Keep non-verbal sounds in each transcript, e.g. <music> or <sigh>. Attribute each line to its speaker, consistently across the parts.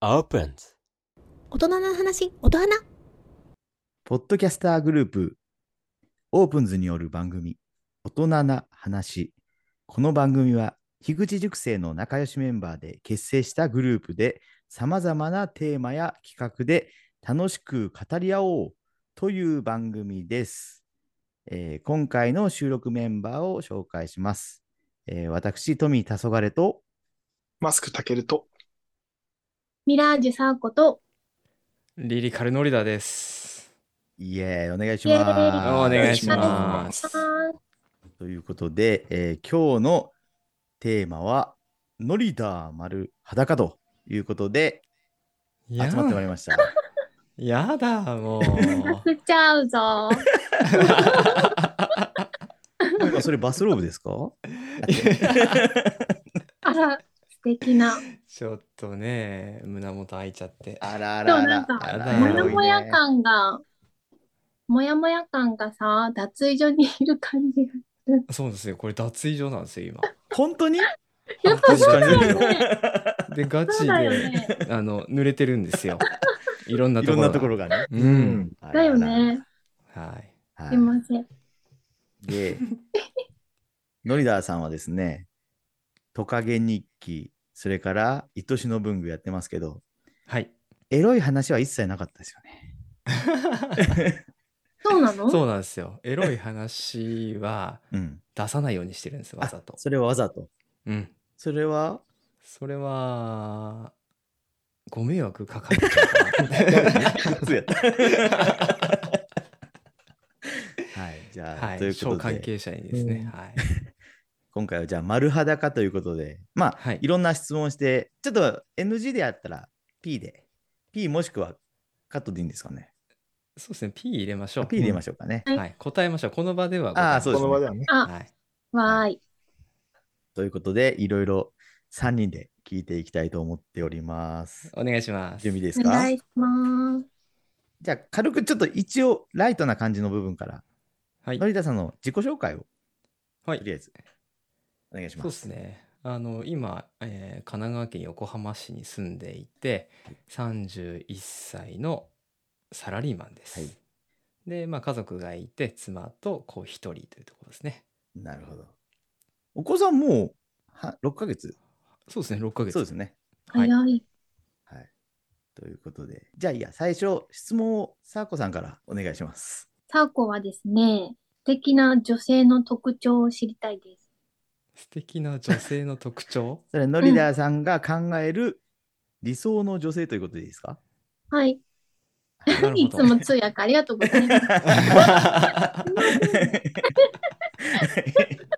Speaker 1: opens,
Speaker 2: 大人の話、音花。
Speaker 3: ポッドキャスターグループ、オープンズによる番組、大人な話。この番組は、樋口塾生の仲良しメンバーで結成したグループで、さまざまなテーマや企画で楽しく語り合おうという番組です。えー今回の収録メンバーを紹介します。えー私、富田黄昏と、
Speaker 4: マスクたけると。
Speaker 2: ミラージュサーコと、
Speaker 5: リリカルノリダです。
Speaker 3: イエーイ、お願いし
Speaker 2: イエーイ
Speaker 3: ます。
Speaker 5: お願い
Speaker 4: し
Speaker 5: し
Speaker 4: ま
Speaker 5: ます。
Speaker 3: ということで、えー今日のテーマは、ノリダー丸裸ということで、
Speaker 5: 集
Speaker 3: 集まってまいりました。
Speaker 5: やだ、
Speaker 3: <laughs>
Speaker 5: もう。
Speaker 2: 食っちゃう
Speaker 5: <laughs>
Speaker 2: ぞ。
Speaker 3: なんかそれバスローブですか
Speaker 2: あら、素敵な。
Speaker 5: ちょっとね、胸元開いちゃって。
Speaker 3: あらあ
Speaker 2: で
Speaker 3: ら
Speaker 2: も
Speaker 3: あ
Speaker 2: なん
Speaker 3: ら
Speaker 2: か。
Speaker 3: あら
Speaker 2: も
Speaker 5: はい
Speaker 2: やもや感が、もやもや感がさ、脱衣所にいる感じが。
Speaker 5: そうですよ、これ脱衣所なんですよ、
Speaker 3: 本当に
Speaker 2: やっぱそうだよ
Speaker 3: 確
Speaker 2: ね。
Speaker 5: 今。 <laughs> で、ガ
Speaker 2: そ
Speaker 5: チ
Speaker 2: う
Speaker 5: で、
Speaker 2: だよね。
Speaker 5: あの、濡れてるんですよ。いろんないと
Speaker 3: ろん
Speaker 5: ころが。
Speaker 3: なところがね。
Speaker 5: う。。
Speaker 4: うん
Speaker 3: あら
Speaker 2: だ
Speaker 3: あら
Speaker 2: よ。ね。
Speaker 5: はい。
Speaker 3: はい
Speaker 2: すいません。
Speaker 3: で、ノリダーさんはですね、トカゲ日記、それから愛しの文具やってますけど、
Speaker 5: はい。
Speaker 3: エロい話は一切なかったですよね。
Speaker 2: そうなの
Speaker 5: そうなんですよ。エロい話は
Speaker 3: うん。
Speaker 5: 出さないようにしてるんです、わざと
Speaker 3: あ。それはわざと。
Speaker 5: うん。
Speaker 3: それは、
Speaker 5: それは、ご迷惑かかるかな。
Speaker 3: <laughs> <laughs> 普通やった。はい、じゃあ、
Speaker 5: はい
Speaker 3: というこ
Speaker 5: 小
Speaker 3: と
Speaker 5: 関
Speaker 3: で、
Speaker 5: 係者にですね、
Speaker 4: うん
Speaker 5: はい
Speaker 3: 今回はじゃあ、丸裸ということで、まあ、
Speaker 5: はい
Speaker 3: いろんな質問して、ちょっと NG であったら P で、P もしくはカットでいいんですかね。
Speaker 5: そうですね P 入れましょう
Speaker 3: P 入れましょうかね。
Speaker 2: ょう
Speaker 5: はい答えましょうこの場では答え
Speaker 3: ああ
Speaker 5: ましょ
Speaker 3: そう
Speaker 4: こ
Speaker 3: ですね
Speaker 4: の場ではね。
Speaker 2: あ、
Speaker 5: はい
Speaker 2: わーい。
Speaker 3: ということで、いろいろ3人で聞いていきたいと思っております。
Speaker 5: お願いします
Speaker 3: 準備です
Speaker 2: お
Speaker 3: か
Speaker 2: 願いします。
Speaker 3: じゃあ、軽くちょっと一応、ライトな感じの部分から、
Speaker 5: はい
Speaker 3: のりたさんの自己紹介を、
Speaker 5: は
Speaker 3: とりあ
Speaker 5: い
Speaker 3: えず、お願いし
Speaker 5: そう
Speaker 3: ます。
Speaker 5: ですねあの今、えー神奈川県横浜市に住んでいて31歳のサラリーマンです、
Speaker 3: はい
Speaker 5: でまあ家族がいて妻と子一人というところですね
Speaker 3: なるほど。お子さんもうは6ヶ月
Speaker 5: そうですね6ヶ月
Speaker 3: そうですね。
Speaker 5: はい
Speaker 2: 早い。
Speaker 3: はい。ということで、じゃあいいや、最初、質問をサーコさんからお願いします。
Speaker 2: サーコはですね、素敵な女性の特徴を知りたいです。
Speaker 5: 素敵な女性の
Speaker 3: <laughs>
Speaker 5: 特徴
Speaker 3: それ、ノリダーさんが考える理想の女性ということでいいです
Speaker 5: <laughs>
Speaker 3: か、
Speaker 2: はい。
Speaker 5: なるほど
Speaker 2: いつも通訳ありがとうござい
Speaker 5: <laughs>
Speaker 2: ます。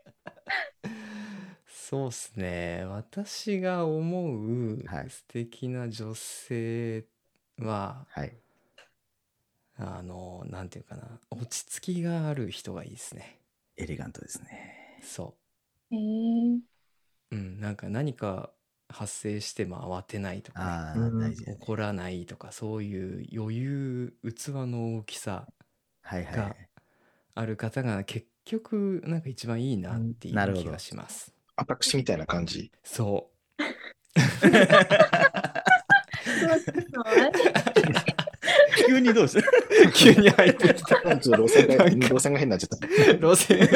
Speaker 5: そうっすね私が思う
Speaker 3: はい
Speaker 5: 素敵な女性は、
Speaker 3: はい。
Speaker 5: あのなんていうかな落ち着きがある人がいいですね
Speaker 3: エレガントですね。
Speaker 5: そ
Speaker 2: へー
Speaker 5: ううんなんか何か発生しても慌てないとか
Speaker 3: ああ、
Speaker 4: うん
Speaker 3: 大事で
Speaker 5: ね、
Speaker 3: すね。
Speaker 5: 怒らないとかそういう余裕器の大きさ
Speaker 3: はいはい
Speaker 5: が。ある方が結局なんか一番いいなってい
Speaker 3: なる
Speaker 5: う
Speaker 3: ほど
Speaker 5: 気がします、
Speaker 4: 私みたいな感じ。
Speaker 5: そう <laughs>
Speaker 3: 急にどう
Speaker 5: <laughs>
Speaker 3: した
Speaker 5: 急に入ってきた。
Speaker 4: ちょっと路線が
Speaker 5: なんか
Speaker 4: 路線が変になっちゃった。
Speaker 5: 路線。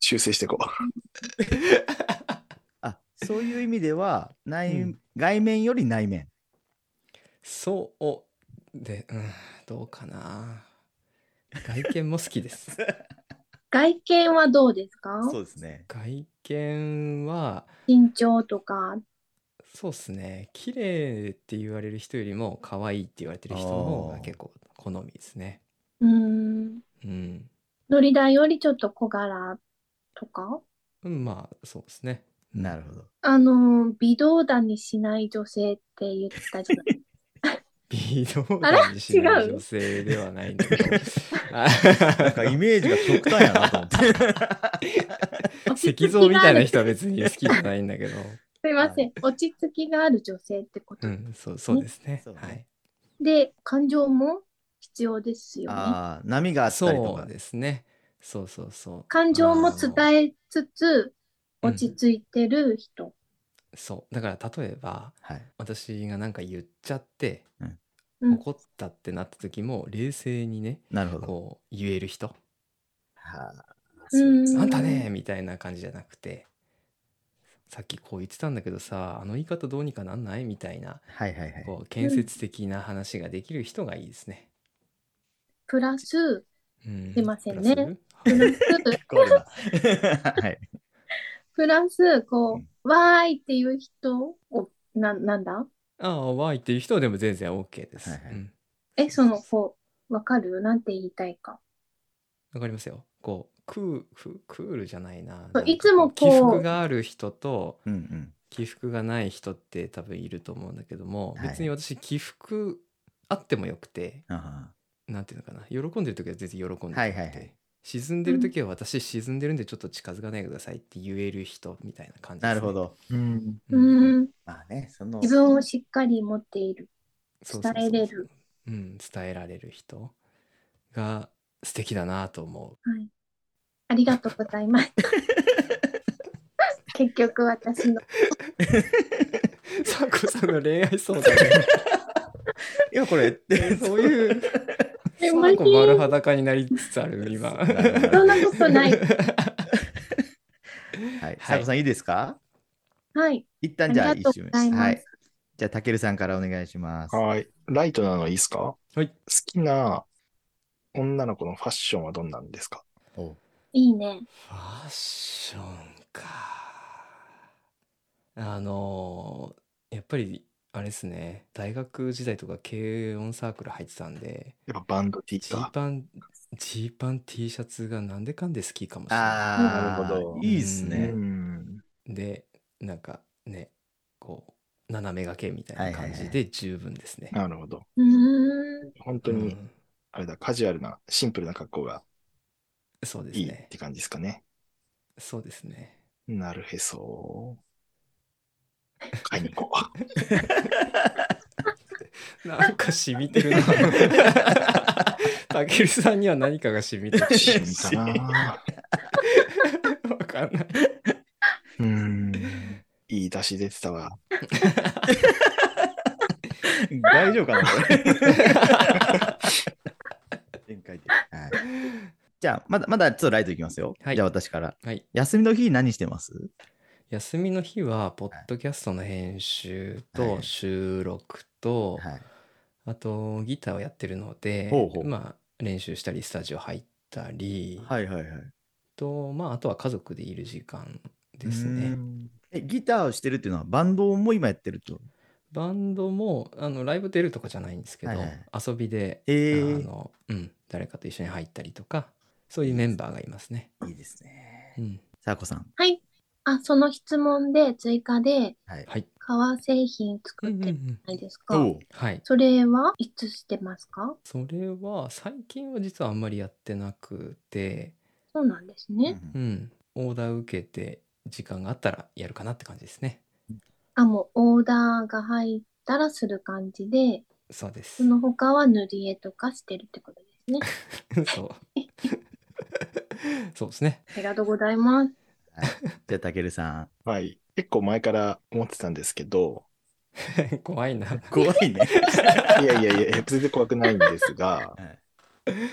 Speaker 4: 修正していこう。
Speaker 3: あそういう意味では内、
Speaker 5: うん
Speaker 3: 外面より内面。
Speaker 5: そうで、うん、どうかな。外見も好きです。
Speaker 3: <laughs>
Speaker 2: 外見はどうですか
Speaker 3: そうですね。
Speaker 5: 外見は、
Speaker 2: 身長とか。
Speaker 5: そうですね。綺麗って言われる人よりも、可愛いって言われてる人の方
Speaker 3: あ
Speaker 5: が
Speaker 3: ー
Speaker 5: 結構好みですね。
Speaker 2: うーん。
Speaker 5: うん。
Speaker 2: ノリダよりちょっと小柄とか
Speaker 5: うんまあ、そうですね。
Speaker 3: なるほど。
Speaker 2: あの、微動だにしない女性って言ったじゃない。
Speaker 5: 微動
Speaker 2: あれ
Speaker 5: だにしない
Speaker 2: 違う
Speaker 5: 女性ではないんだけど。 <laughs> あ
Speaker 3: なんかイメージが極端やなと思って。
Speaker 5: <laughs>
Speaker 2: 落ち着
Speaker 5: <laughs>
Speaker 2: き
Speaker 5: 石
Speaker 2: があ
Speaker 5: 像
Speaker 2: る
Speaker 5: みたいな人は別に好きじゃないんだけど。
Speaker 2: すいません。落ち着きがある女性ってこ
Speaker 5: う
Speaker 2: と。
Speaker 5: ん、そうそうですね。
Speaker 3: そうね
Speaker 5: はい。
Speaker 2: で、感情も必要ですよね。
Speaker 3: ああ、波があったりと
Speaker 5: そ
Speaker 3: か
Speaker 5: う。ですね。そうそうそう。
Speaker 2: 感情も
Speaker 5: え
Speaker 2: 伝えつつ、
Speaker 5: うん
Speaker 2: 落ち着いてる人。
Speaker 5: そうだから例えば
Speaker 3: はい。
Speaker 5: 私が何か言っちゃって、
Speaker 2: うん
Speaker 5: 怒ったってなった時も冷静にね
Speaker 3: なるほど。
Speaker 5: こう言える人
Speaker 4: はあ
Speaker 5: 「
Speaker 2: うん
Speaker 5: あんたね」みたいな感じじゃなくて「さっきこう言ってたんだけどさあの言い方どうにかなんない?」みたいな
Speaker 3: はいはいはい。
Speaker 5: こう建設的な話ができる人がいいですね。
Speaker 2: プラス、
Speaker 5: うん、
Speaker 2: 出ませんね
Speaker 5: プラ
Speaker 2: プ
Speaker 5: ス
Speaker 2: ラス、
Speaker 3: ゴールだ
Speaker 5: <laughs>
Speaker 3: はい。
Speaker 2: <laughs> プラス、こ
Speaker 3: うん
Speaker 2: う、わーいっていう人を、な、なんだ
Speaker 5: あ <laughs> あ、わーいっていう人はでも全然 OK です。
Speaker 3: はいはい
Speaker 5: うん
Speaker 2: え、その、こう、わかるなんて言いたいか。
Speaker 5: わかりますよ。こう、クーククールじゃないな。なん
Speaker 2: そう
Speaker 5: か
Speaker 2: いつもこう
Speaker 5: 起伏がある人と
Speaker 3: うんうん。
Speaker 5: 起伏がない人って多分いると思うんだけども、
Speaker 3: はい
Speaker 5: 別に私起伏あってもよくて、
Speaker 3: あ
Speaker 5: なんていうのかな、喜んでる時は全然喜んでて、
Speaker 3: はいはいはい
Speaker 5: 沈んでる時は私沈んでるんでちょっと近づかないでくださいって言える人みたいな感
Speaker 3: ー
Speaker 5: じです、ね。
Speaker 3: なるほ。ど。
Speaker 4: うん。
Speaker 2: う
Speaker 5: うん。
Speaker 2: ん、
Speaker 3: まあね、その。
Speaker 2: 自分をしっかり持っている。
Speaker 5: そうそうそうそう
Speaker 2: 伝えれる。
Speaker 5: うん、伝えられる人が素敵だなと思う。
Speaker 2: はい。ありがとうござい
Speaker 3: <laughs>
Speaker 2: ました。結局、私の。
Speaker 5: サコさんの恋愛相談
Speaker 3: いや、こ <laughs> れ、
Speaker 5: そういう
Speaker 2: え
Speaker 5: サコ丸裸になりつつある今 <laughs>
Speaker 2: そんなことない。
Speaker 3: はい。佐藤さん、いいですか
Speaker 2: はい。
Speaker 3: 一旦じゃあ
Speaker 2: あり
Speaker 3: 一
Speaker 2: がと
Speaker 3: 周
Speaker 2: う
Speaker 3: 目
Speaker 2: ございます
Speaker 3: はい。じゃあ、たけるさんからお願いします。
Speaker 4: はーい。ライトなのいいですか
Speaker 5: はい
Speaker 4: 好きな女の子のファッションはどんなんですか
Speaker 3: お
Speaker 2: いいね。
Speaker 5: ファッションかあのやっぱりあれですね大学時代とか軽音サークル入ってたんで
Speaker 4: やっぱバンド T
Speaker 5: ジ
Speaker 4: か
Speaker 5: ー。パンジーパン T シャツがなんでかんで好きかもしれない
Speaker 3: ああ、
Speaker 4: なるほど
Speaker 3: いいっす
Speaker 4: う
Speaker 3: ね。
Speaker 4: ん。
Speaker 5: でなんかねこう斜めがけみたいな感
Speaker 3: はいはい
Speaker 5: じ
Speaker 3: は
Speaker 5: で十分ですね。
Speaker 4: なるほど。
Speaker 2: うーん。
Speaker 4: 本当に
Speaker 5: う、ん
Speaker 4: あれだ、カジュアルな、シンプルな格好が
Speaker 5: そうです
Speaker 4: いいっ
Speaker 5: ね
Speaker 4: て感じですかね。
Speaker 5: そうですね。
Speaker 4: なるへそ。買いに行こ
Speaker 5: <laughs>
Speaker 4: う。
Speaker 5: なんか染みてるな。たけるさんには何かが染みてる。
Speaker 4: 趣味かな。
Speaker 5: わかんない。 <laughs>
Speaker 4: うん。いい出し出てたわ。
Speaker 3: 大丈夫かな、こ <laughs> れ。展開で。はい。じゃあ、まだ、まだちょっとライトいきますよ。
Speaker 5: はい
Speaker 3: じゃあ、私から。
Speaker 5: はい。
Speaker 3: 休みの日何してます
Speaker 5: 休みの日は、ポッドキャストの編集
Speaker 3: はいは
Speaker 5: と
Speaker 3: い
Speaker 5: 収録と、
Speaker 3: はい。
Speaker 5: あとギターをやってるので、
Speaker 3: ほうほう
Speaker 5: まあ練習したり、スタジオ入ったり、
Speaker 3: はいはいはい。
Speaker 5: と、まああとは家族でいる時間です
Speaker 3: う
Speaker 5: ね。
Speaker 3: んえ、ギターをしてるっていうのは、バンドも今やってるってこと
Speaker 5: バンドもあのライブ出るとかじゃないんですけど、
Speaker 3: はいはい
Speaker 5: 遊びで、
Speaker 3: え
Speaker 5: あのうん、誰かと一緒に入ったりとかそういうメンバーがいますね。
Speaker 3: いいですね。
Speaker 5: うん、
Speaker 3: さあこさん。
Speaker 2: はい。あ、その質問で追加で、
Speaker 3: はい
Speaker 5: はい、
Speaker 2: 革製品作ってるじゃないですか。
Speaker 3: お
Speaker 5: はい、
Speaker 2: それはいつしてますか
Speaker 5: それは最近は実はあんまりやってなくて、
Speaker 2: そうなんです
Speaker 3: う
Speaker 2: ね。
Speaker 5: うんん、オーダー受けて時間があったらやるかなって感じですね。
Speaker 2: あ、もうオーダーが入ったらする感じで、
Speaker 5: そうで
Speaker 2: そ
Speaker 5: す。
Speaker 2: の他は塗り絵とかしてるってことですね。
Speaker 5: <laughs> そう <laughs> そうですね。 <laughs>
Speaker 2: ありがとうございます。
Speaker 3: じゃあたけるさん。
Speaker 4: はい。結構前から思ってたんですけど、 <laughs>
Speaker 5: 怖いな。
Speaker 3: 怖い <laughs> ね。
Speaker 4: いやいやいや、全然怖くないんで
Speaker 3: <laughs>
Speaker 4: すが、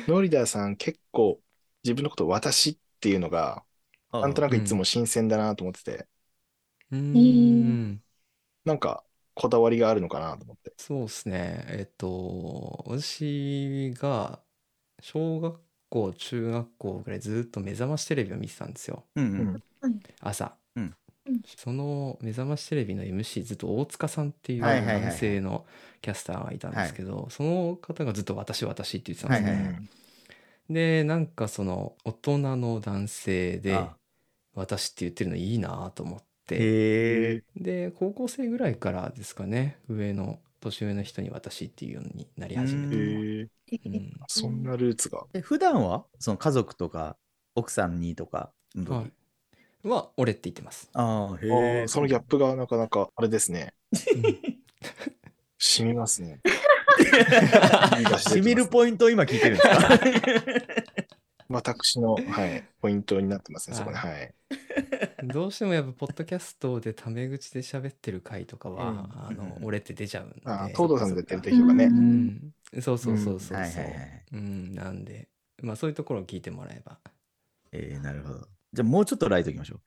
Speaker 4: ノリダーさん結構自分のこと私っていうのが、なんとなくいつも新鮮だなと思ってて、
Speaker 5: うー
Speaker 2: ー
Speaker 5: ん
Speaker 4: なんかこだわりがあるのかなと思って。
Speaker 5: そうですね。えっと、私が小学校、中学校ぐらいずっと目覚ましテレビを見てたんですよ。
Speaker 3: うんうん
Speaker 4: うん
Speaker 5: 朝。
Speaker 3: うん
Speaker 2: うん
Speaker 5: その目覚ましテレビの MC ずっと大塚さんっていう
Speaker 3: はいはいはいはい
Speaker 5: 男性のキャスターがいたんですけど、その方がずっと私私って言ってたんです
Speaker 3: はい
Speaker 5: ね。
Speaker 3: はい
Speaker 5: で、なんかその大人の男性で
Speaker 3: あ
Speaker 5: 私って言ってるのいいなと思って、
Speaker 3: へえ。
Speaker 5: で、高校生ぐらいからですかね、上の、年上の人に私っていうようになり始めた
Speaker 4: へ
Speaker 5: のは。
Speaker 4: ー
Speaker 5: うん
Speaker 4: そんなルーツが。
Speaker 3: え普段はその家族とか奥さんにとかの時。
Speaker 5: はい。は、俺って言って
Speaker 3: <laughs>
Speaker 5: ます。
Speaker 3: ああ
Speaker 4: あ
Speaker 3: へえ。
Speaker 4: ーそのギャップがなかなか、あれですね。染みますね。いい出汁出てます
Speaker 3: しみるポイントを今聞いてるんですか
Speaker 4: 私の、はい、ポイントになってますね、そこね。
Speaker 5: は
Speaker 4: はい。
Speaker 5: どうしてもやっぱポッドキャストでタメ口で喋ってる回とかは、
Speaker 3: うん
Speaker 5: あの俺って出ちゃうんで
Speaker 4: あ東堂さんで出てる
Speaker 2: 時
Speaker 4: 人
Speaker 2: は
Speaker 4: がね
Speaker 5: う
Speaker 2: う。
Speaker 5: ん、 <laughs> そうそうそうそうそう、
Speaker 3: うんはいはいはい
Speaker 5: うんなんでまあそういうところを聞いてもらえば
Speaker 3: えー、なるほど。じゃあもうちょっとライトいきましょう。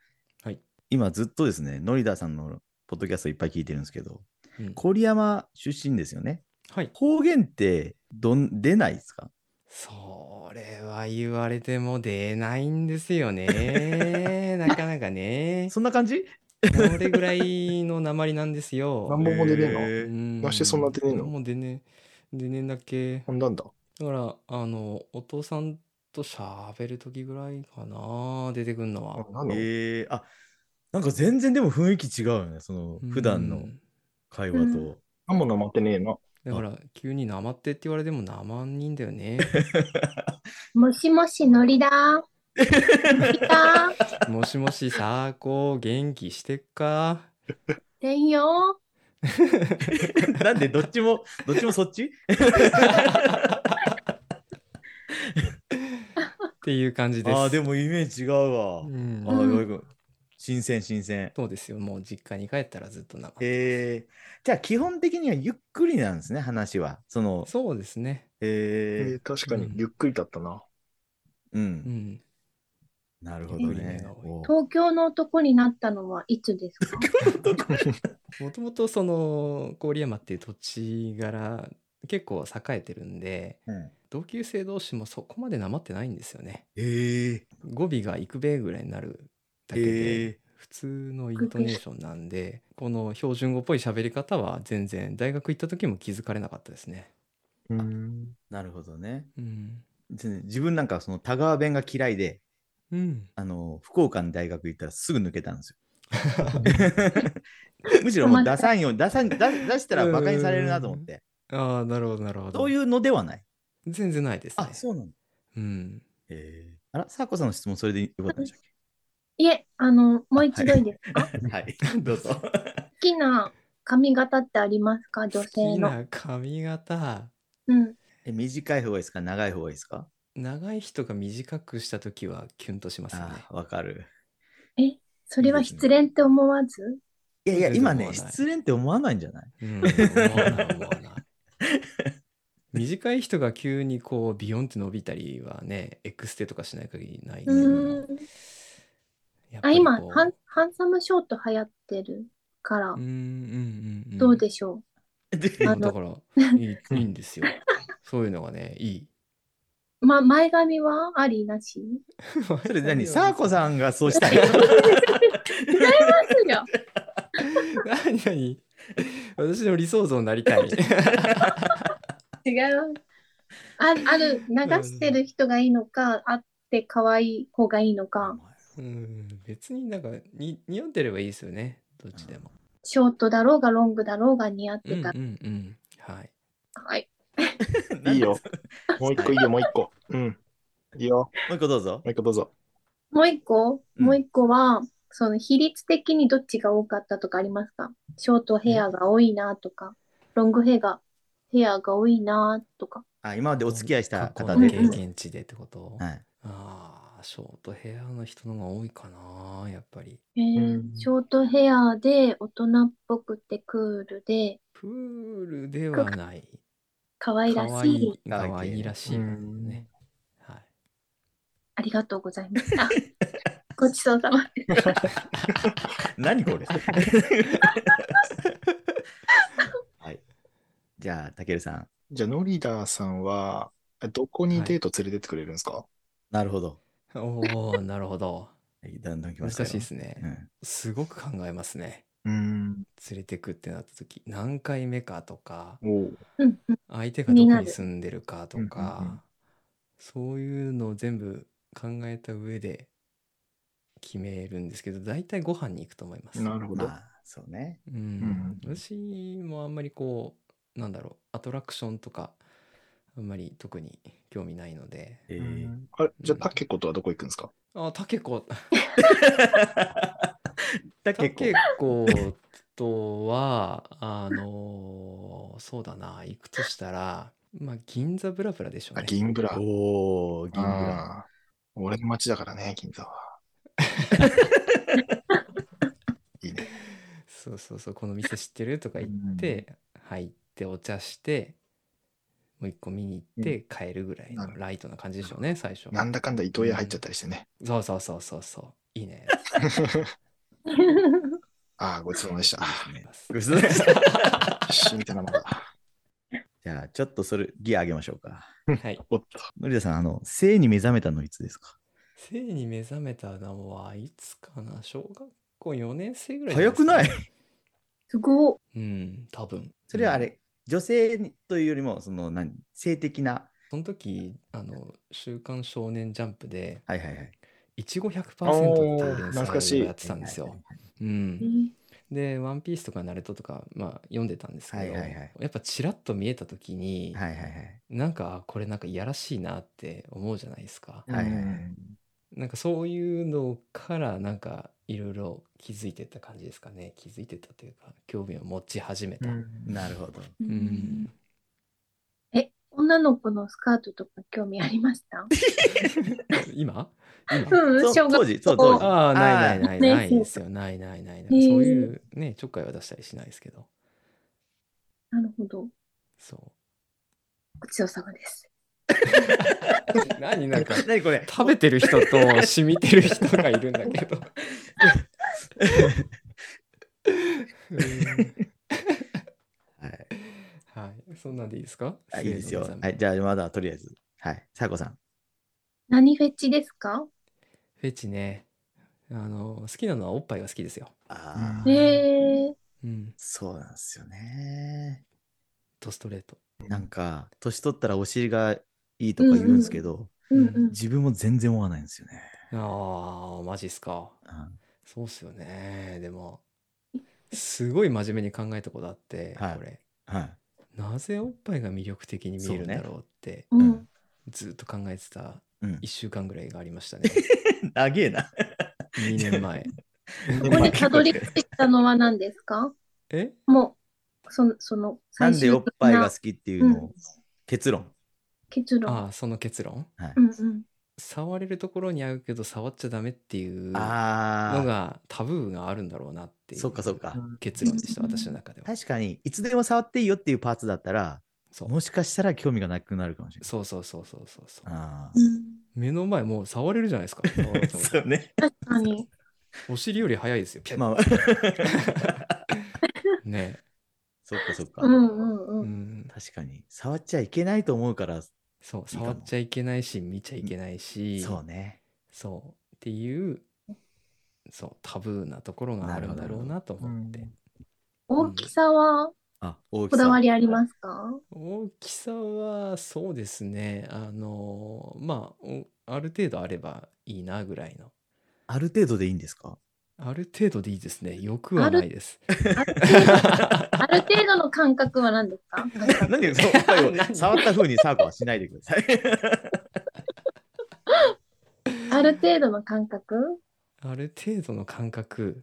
Speaker 5: はい。
Speaker 3: 今ずっとですね、ノリダーさんのポッドキャストいっぱい聞いてるんですけど、
Speaker 5: うん
Speaker 3: 郡山出身ですよね。
Speaker 5: はい
Speaker 3: 方言ってどん出ないですか
Speaker 5: それは言われても出ないんですよ
Speaker 4: <laughs>
Speaker 5: ねなかなかね
Speaker 3: そんな感じ
Speaker 5: それぐらいの鉛なんです
Speaker 4: 何
Speaker 5: よ
Speaker 4: 本も出ねえの、
Speaker 3: え
Speaker 5: うん
Speaker 4: どうしてそんな出ねえの
Speaker 5: もう出ねえ出ねえんだっけ
Speaker 4: こんなんだ。
Speaker 5: だからあのお父さんと喋る時ぐらいかな出てくんの
Speaker 4: あな
Speaker 5: は、
Speaker 4: んだ、
Speaker 3: えー、あなんか全然でも雰囲気違うよね、その普段
Speaker 5: う
Speaker 3: の
Speaker 5: ん
Speaker 3: 会話と。
Speaker 2: うん
Speaker 4: 何もなまってねえな。
Speaker 5: だから急に生ってって言われても生んいんだよ
Speaker 3: <laughs>
Speaker 5: ね
Speaker 2: もしもし、の
Speaker 5: <laughs>
Speaker 2: りだ。のりだ。
Speaker 5: もしもしさあこう元気してっか
Speaker 2: でんよ。
Speaker 3: なん <laughs> でどっちも、どっちもそっち
Speaker 5: っていう感じです
Speaker 3: ああ、でもイメージ違うわ。
Speaker 5: うん
Speaker 3: あーよく新鮮、新鮮。
Speaker 5: そうですよもう実家に帰ったらずっと生
Speaker 3: えー、じゃあ基本的にはゆっくりなんですね、話は。その、
Speaker 5: そうですね
Speaker 3: えー
Speaker 4: えー確かに
Speaker 5: うん
Speaker 4: ゆっくりだったな。
Speaker 3: う。
Speaker 5: うんん
Speaker 3: なるほど
Speaker 5: ゆっくりめ
Speaker 3: ね
Speaker 5: が多。い
Speaker 3: おう
Speaker 2: 東京の男になったのはいつですか
Speaker 5: もともとその郡山っていう土地柄結構栄えてるんで
Speaker 3: うん
Speaker 5: 同級生同士もそこまでなまってないんですよね
Speaker 3: えー、
Speaker 5: 語尾が「いくべ」ぐらいになるだけで、
Speaker 3: え
Speaker 5: 普通のイントネーションなんでこの標準語っぽい喋り方は全然大学行った時も気づかれなかったですね。
Speaker 4: うん。
Speaker 3: ー、なるほどね。
Speaker 5: うん、
Speaker 3: で自分なんかその田川弁が嫌いで、
Speaker 5: うん、
Speaker 3: あの、福岡の大学行ったらすぐ抜けたんですよ。
Speaker 5: <laughs>
Speaker 3: むしろもう出さんように出さん出出したらバカにされるなと思って。
Speaker 5: ああなるほどなるほど。
Speaker 3: そういうのではない。
Speaker 5: 全然ないですね。
Speaker 3: うなの。
Speaker 5: うん、
Speaker 3: えー、あら、さあこさんの質問それでよかったんでしたっ
Speaker 2: いえ、あの、もう一度いいですか、
Speaker 3: け <laughs> はい、どうぞ。
Speaker 2: 好きな髪型ってありますか女
Speaker 5: 好
Speaker 2: 性
Speaker 5: き
Speaker 2: の。
Speaker 5: な髪型
Speaker 2: うん。
Speaker 3: え短い方がいいですか長い方がいいですか
Speaker 5: 長い人が短くした時はキュンとしますよね
Speaker 3: あ。あ、わかる。
Speaker 2: それは失恋って思わず
Speaker 3: いやいや、今
Speaker 5: 思
Speaker 3: ね、
Speaker 5: わない
Speaker 3: 失恋って思わないんじゃない <laughs>
Speaker 5: うん、思わない思わ <laughs> ない短い人が急にこうビヨンって伸びたりはねエクステとかしない限りないけど
Speaker 2: うーん
Speaker 5: やっぱ
Speaker 2: あ、
Speaker 5: り
Speaker 2: 今
Speaker 5: こう
Speaker 2: ハン、ハンサムショート流行ってるから
Speaker 5: うん、うんうんん
Speaker 2: どうでしょ
Speaker 3: で
Speaker 5: うん
Speaker 2: あの。
Speaker 5: だからいいいいんですよそういうのがねいいう
Speaker 2: ま、前髪はありなし
Speaker 3: それ
Speaker 5: <laughs>
Speaker 3: 何さあこさんがそうしたい。
Speaker 2: 違いますよ。
Speaker 5: 何何 <laughs> 私の理想像になりた <laughs> い
Speaker 2: 違います。あある、流してる人がいいのか、あって可愛い方がいいのか、
Speaker 5: うん別になんかに似合ってればいいですよねどっちでも
Speaker 2: ショートだろうがロングだろうが似合っ
Speaker 5: うんう
Speaker 2: て
Speaker 5: ん
Speaker 2: たら。
Speaker 5: うんはい
Speaker 2: はい。
Speaker 4: い
Speaker 3: <laughs>
Speaker 4: いよ。もう一個いいよ、もう一個。うん。いいよ。
Speaker 3: もう一個どうぞ
Speaker 4: もう。一個どうぞ。
Speaker 2: もう一個、
Speaker 3: うん
Speaker 2: もう一個は、その比率的にどっちが多かったとかありますかショートヘアが多いなとか、ロングヘアが、ヘアが多いなとか。
Speaker 3: あ今までお付き合いした
Speaker 5: 過
Speaker 3: 方
Speaker 5: 去の
Speaker 3: で。
Speaker 5: 経験値でってこと
Speaker 3: はい、
Speaker 5: ああ、ショートヘアの人の方が多いかな、やっぱり。
Speaker 2: えー
Speaker 4: うん
Speaker 2: ショートヘアで大人っぽくてクールで
Speaker 5: プールではない。
Speaker 2: 可愛ら
Speaker 5: 可
Speaker 2: し
Speaker 5: 愛
Speaker 2: い。
Speaker 5: い、可愛いらしい感じのね。はい。
Speaker 2: ありがとうございま
Speaker 3: <laughs>
Speaker 2: した。ごちそうさま。
Speaker 3: <laughs>
Speaker 2: <laughs>
Speaker 3: 何これ <laughs> はい。じゃあ、たけるさん。
Speaker 4: じゃあ、ノリダーさんは、どこにデート連れてってくれるんですか、
Speaker 3: なるほど。
Speaker 5: おお、なるほ
Speaker 3: <laughs>
Speaker 5: ど。
Speaker 3: はいだんだん来ま
Speaker 5: 難
Speaker 3: したよ
Speaker 5: しいですね
Speaker 3: う。ん
Speaker 5: すごく考えますね。
Speaker 4: うん。
Speaker 5: 連れてくってなった時、何回目かとか、
Speaker 4: おう
Speaker 2: うんうん
Speaker 5: 相手がどこに住んでるかと
Speaker 4: うんうんうん
Speaker 5: か、そういうのを全部考えた上で決めるんですけど、大体ご飯に行くと思います。
Speaker 4: なるほ
Speaker 3: ま
Speaker 4: ど。
Speaker 3: あ、そうね。
Speaker 5: うん、
Speaker 4: うん
Speaker 5: 私もあんまりこうなんだろうアトラクションとかあんまり特に興味ないので
Speaker 3: え
Speaker 4: う
Speaker 3: ー
Speaker 4: んあれじゃあ、タケコとはどこ行くんですか
Speaker 5: あタケコ
Speaker 3: だ
Speaker 5: タ
Speaker 3: 結構
Speaker 5: ケコとはあのーそうだな行くとしたらまあ銀座ブラブラでしょう
Speaker 4: あ、
Speaker 5: ね
Speaker 4: 銀ブラ。
Speaker 3: おー、銀ブラ。
Speaker 4: あー俺の町だからね、銀座は。いいね。
Speaker 5: そうそうそう、この店知ってるとか言って、入ってお茶して、もう一個見に行って帰るぐらい
Speaker 4: なる
Speaker 5: の
Speaker 4: ほ
Speaker 5: ライトな感じでしょうね、最初。
Speaker 4: なんだかんだ伊藤屋入っちゃったりしてね。
Speaker 5: そうそうそうそうそう。いい
Speaker 3: <laughs>
Speaker 5: ね。
Speaker 4: ああ、ごちそうさまでした。
Speaker 3: ごちそうさまでし
Speaker 4: 死みたいなもんだ。
Speaker 3: じゃあ、ちょっとそれ、ギア上げましょうか。
Speaker 5: はい。
Speaker 4: おっと。
Speaker 3: のりださん、あの、性に目覚めたのいつですか
Speaker 5: 性に目覚めたのはいつかな小学校4年生ぐらいじゃ
Speaker 3: 早くな
Speaker 5: で
Speaker 3: い
Speaker 5: すかね
Speaker 2: すごっ。
Speaker 5: うん、多分。
Speaker 3: それはあれ、女性にというよりも、その、何、性的な。
Speaker 5: その時、あの、週刊少年ジャンプで、
Speaker 3: はいはいはい。
Speaker 5: いちご100%っていう連載を
Speaker 4: 懐かしい
Speaker 5: やってたんです
Speaker 3: はい
Speaker 5: よ
Speaker 3: は。
Speaker 5: うん
Speaker 2: え。ー
Speaker 5: で「ワンピースとか「ナルトとか、まあ、読んでたんですけど、
Speaker 3: はいはいはい
Speaker 5: やっぱちらっと見えた時に、
Speaker 3: はいはいはい。
Speaker 5: なんかあこれなんかいやらしいなって思うじゃないですか、
Speaker 3: はいはいはい
Speaker 4: うん
Speaker 5: なんかそういうのからなんかいろいろ気づいてった感じですかね気づいてったというか興味を持ち始めた、
Speaker 3: なるほど。
Speaker 5: うん
Speaker 2: え、女の子のスカートとか興味ありました
Speaker 5: 今今
Speaker 2: うん、
Speaker 3: そう当
Speaker 2: 小学
Speaker 3: 時、そう当時。
Speaker 5: ああな
Speaker 3: あー
Speaker 5: いないないないですよないないないない、そういうねちょっかいは出したりしないですけど
Speaker 2: なるほど。
Speaker 5: そ
Speaker 2: ごちそうさまです。
Speaker 5: う何なん <laughs> か
Speaker 3: 何これ
Speaker 5: 食べてる人と染みてる人がいるんだ
Speaker 3: <laughs>
Speaker 5: けど。
Speaker 3: はい
Speaker 5: はい、そんなんでいいですか
Speaker 3: あ、いいですよ。
Speaker 5: せーの
Speaker 3: はい、じゃあ、まだとりあえず。はい、さやこさん。
Speaker 2: 何フェチですか
Speaker 5: フェチね。あの、好きなのはおっぱいが好きですよ。
Speaker 3: ああ、
Speaker 4: うん
Speaker 2: えー、
Speaker 5: うん。
Speaker 3: そうなんですよね。
Speaker 5: とストレート。
Speaker 3: なんか、年取ったらお尻がいいとか言うんですけど、
Speaker 2: うんうん。
Speaker 3: 自分も全然思わないんですよね。
Speaker 5: ああ、マジっすか。
Speaker 3: うん
Speaker 5: そうっすよね。でも、すごい真面目に考えたことあって、
Speaker 3: はい
Speaker 5: これ。
Speaker 3: はい。
Speaker 5: なぜおっぱいが魅力的に見えるんだろうって、
Speaker 2: う
Speaker 3: うんん。
Speaker 5: ずっと考えてた
Speaker 3: うん
Speaker 5: 1。週間ぐらいがあり
Speaker 3: <laughs>
Speaker 5: ましたね。
Speaker 3: 長えな。
Speaker 5: 2年前。
Speaker 2: ここでたどり着いたのは何ですか
Speaker 5: え
Speaker 2: もう、その、その、
Speaker 3: なんでおっぱいが
Speaker 2: 最終
Speaker 3: 好きっていうのを、結論。
Speaker 2: 的な結論。
Speaker 5: ああ、その結論
Speaker 3: はい
Speaker 2: うんうん。
Speaker 5: 触れるところに合うけど触っちゃダメっていうの
Speaker 3: ああ、
Speaker 5: がタブーがあるんだろうなってい
Speaker 3: そうっかそっか。
Speaker 5: 結論でした、
Speaker 2: うん
Speaker 5: 私の中では。
Speaker 3: 確かに、いつでも触っていいよっていうパーツだったら、
Speaker 5: そう
Speaker 3: もしかしたら興味がなくなるかもしれない。
Speaker 5: そうそうそうそうそうそう。
Speaker 3: あ
Speaker 2: う
Speaker 3: あ。
Speaker 2: ん。
Speaker 5: 目の前もう触れるじゃないですか。
Speaker 3: <laughs> そうね。
Speaker 2: 確かに。
Speaker 5: お尻より早いですよ。ピャッ
Speaker 3: まあ、
Speaker 5: ね。
Speaker 3: <laughs> そっかそっか。
Speaker 2: うんうん
Speaker 5: う
Speaker 2: うん。
Speaker 5: ん。
Speaker 3: 確かに。触っちゃいけないと思うから、
Speaker 5: そう、
Speaker 3: いいかも
Speaker 5: 触っちゃいけないし、見ちゃいけないし、
Speaker 3: そうね。
Speaker 5: そうっていう、そう、タブーなところがあるんだろうなと思って。
Speaker 2: 大きさは
Speaker 3: あ、大き
Speaker 2: こ
Speaker 3: さ。
Speaker 2: だわりあります
Speaker 3: <laughs>
Speaker 2: か
Speaker 5: 大きさはそうですねあのまあおある程度あればいいなぐらいの
Speaker 3: ある程度でいいんですか
Speaker 5: ある程度でいいですね欲はないです
Speaker 2: ある程度の感覚は何ですか
Speaker 3: <laughs> 何 <laughs> でその声を
Speaker 5: 何
Speaker 3: 触った風にサーコはしないでください。
Speaker 2: <laughs>
Speaker 3: <laughs>
Speaker 2: ある程度の感覚
Speaker 5: ある程度の感覚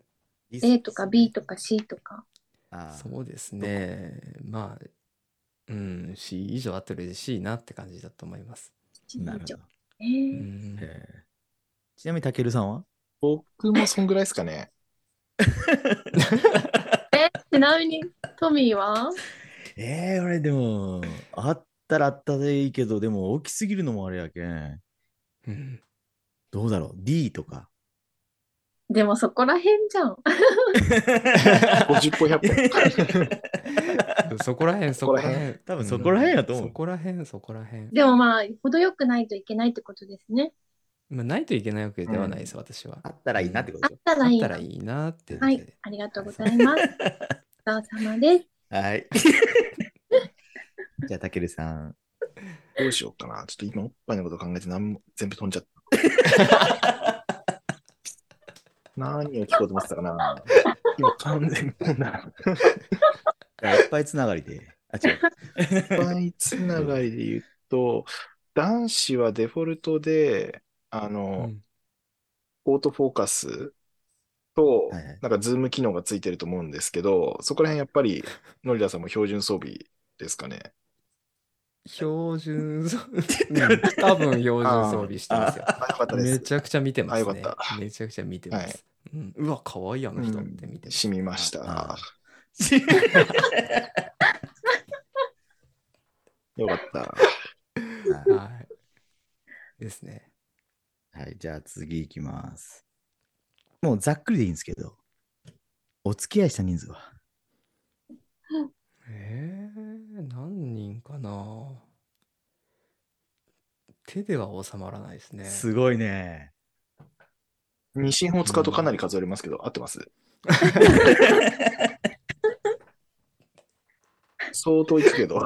Speaker 2: ?A とか B とか C とか。
Speaker 3: あー
Speaker 5: そうですねまあうんし以上あって嬉しいなって感じだと思います、
Speaker 3: なるほど。
Speaker 2: え
Speaker 5: う
Speaker 2: ー
Speaker 5: ん、
Speaker 3: へーちなみにたけるさんは
Speaker 4: 僕もそんぐらいですかね。
Speaker 2: え、ちなみにトミーは
Speaker 3: ええ俺でも、あったらあったでいいけど、でも大きすぎるのもあれやけん。
Speaker 5: うん
Speaker 3: どうだろう ?D とか。
Speaker 2: でもそこら辺じゃん。
Speaker 4: 50歩100歩。
Speaker 5: <laughs> そこらへんそこらへん
Speaker 3: 多分そこら辺やと思う
Speaker 5: そこらへんそこらへん、
Speaker 2: でもまあ、程よくないといけないってことですね。
Speaker 5: まあ、ないといけないわけではないです、私は
Speaker 3: あったらいいなってこ
Speaker 2: あ
Speaker 3: と
Speaker 2: っ
Speaker 3: でした
Speaker 5: あ
Speaker 2: らい
Speaker 5: っ
Speaker 2: い
Speaker 5: た
Speaker 2: な。
Speaker 5: らいいなってだ
Speaker 2: は
Speaker 5: け
Speaker 2: い
Speaker 5: で、
Speaker 2: ありがとうございます。お疲れ様です。
Speaker 3: ょ。はい。 <laughs> じゃあ、たけるさん。
Speaker 4: どうしようかな。ちょっと今おっぱいのこと考えて何も全部飛んじゃった。何を聞こうと思ってたかな。今完全に飛んだな。
Speaker 3: じゃあいっぱいつながりで。あ、違う。 <laughs>
Speaker 4: いっぱいつながりで言うと、男子はデフォルトで、あ
Speaker 5: う
Speaker 4: の、
Speaker 5: ん
Speaker 4: オートフォーカスと、
Speaker 3: はいはい
Speaker 4: なんかズーム機能がついてると思うんですけど、そこら辺やっぱり、のりださんも標準装備ですかね。
Speaker 5: 標準装備、うん、多分標準装備してますよ。
Speaker 4: あ、よかったで
Speaker 5: め
Speaker 4: す。
Speaker 5: ちゃくちゃ見てま
Speaker 4: あ
Speaker 5: す
Speaker 4: よかっ
Speaker 5: ね
Speaker 4: た。
Speaker 5: めちゃくちゃ見てます。うん、うわ、可愛いあの人って見てます。
Speaker 4: 染みまし
Speaker 3: あ
Speaker 5: <laughs>
Speaker 4: た。
Speaker 3: し
Speaker 4: よかった。
Speaker 5: はい。ですね。
Speaker 3: はい、じゃあ次いきます。もうざっくりでいいんですけど、お付き合いした人数は
Speaker 5: えー、何人かな手では収まらないですね。
Speaker 3: すごいね。
Speaker 4: 二進法使うとかなり数えれますけど、合って
Speaker 5: <laughs>
Speaker 4: ます相当いくけど。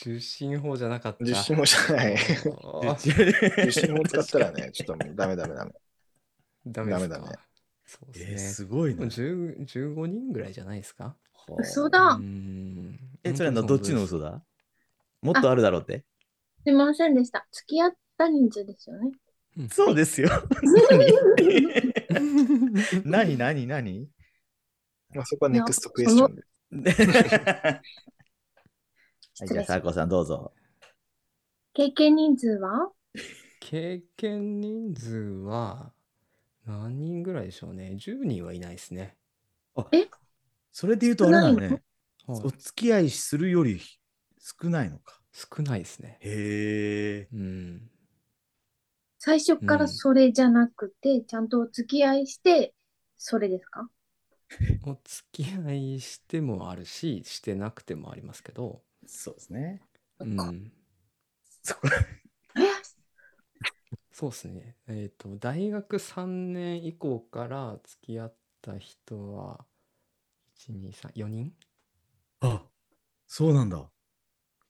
Speaker 5: 受信法じゃなかった。
Speaker 4: 10進法じゃ
Speaker 5: <laughs>
Speaker 4: ない。
Speaker 5: あー
Speaker 3: <laughs>
Speaker 4: 10進法使ったらね、ちょっともうダメダメダメ。
Speaker 5: ダメですか
Speaker 4: ダメダメ
Speaker 5: そう
Speaker 3: えー
Speaker 5: ですね。
Speaker 3: すごいな。
Speaker 5: 10 15人ぐらいじゃないですか
Speaker 2: 嘘
Speaker 5: う
Speaker 2: だ。
Speaker 5: ーん
Speaker 3: え、それはのどっちの
Speaker 5: 本
Speaker 3: 嘘だもっとあるだろうって。
Speaker 2: すいませんでした。付き合った人数ですよね。
Speaker 3: そうです <laughs> よ。
Speaker 5: 当に嘘です
Speaker 3: 何何 <laughs> 何
Speaker 4: まあ、そこはネクストクエスチョンで。
Speaker 3: はい、じゃあ、サーコさんどうぞ。
Speaker 2: 経験人数は
Speaker 5: 経験人数は何人ぐらいでしょうね ?10 人はいないですね。
Speaker 3: それで言うとあれだ
Speaker 2: 少な
Speaker 3: ね。
Speaker 2: い
Speaker 5: はい
Speaker 3: お付き合いするより少ないのか。
Speaker 5: 少ないですね。
Speaker 3: へえ。
Speaker 5: うん。
Speaker 2: 最初からそれじゃなくて、ちゃんとお付き合いして、それですか
Speaker 5: お付き合いしてもあるし、してなくてもありますけど。
Speaker 3: そうですね。
Speaker 5: うん。
Speaker 3: そこ
Speaker 2: え
Speaker 5: そうですね。えっ、と、大学3年以降から付き合った人は、1、2、3、4人
Speaker 3: あ、 <laughs> そうなんだ。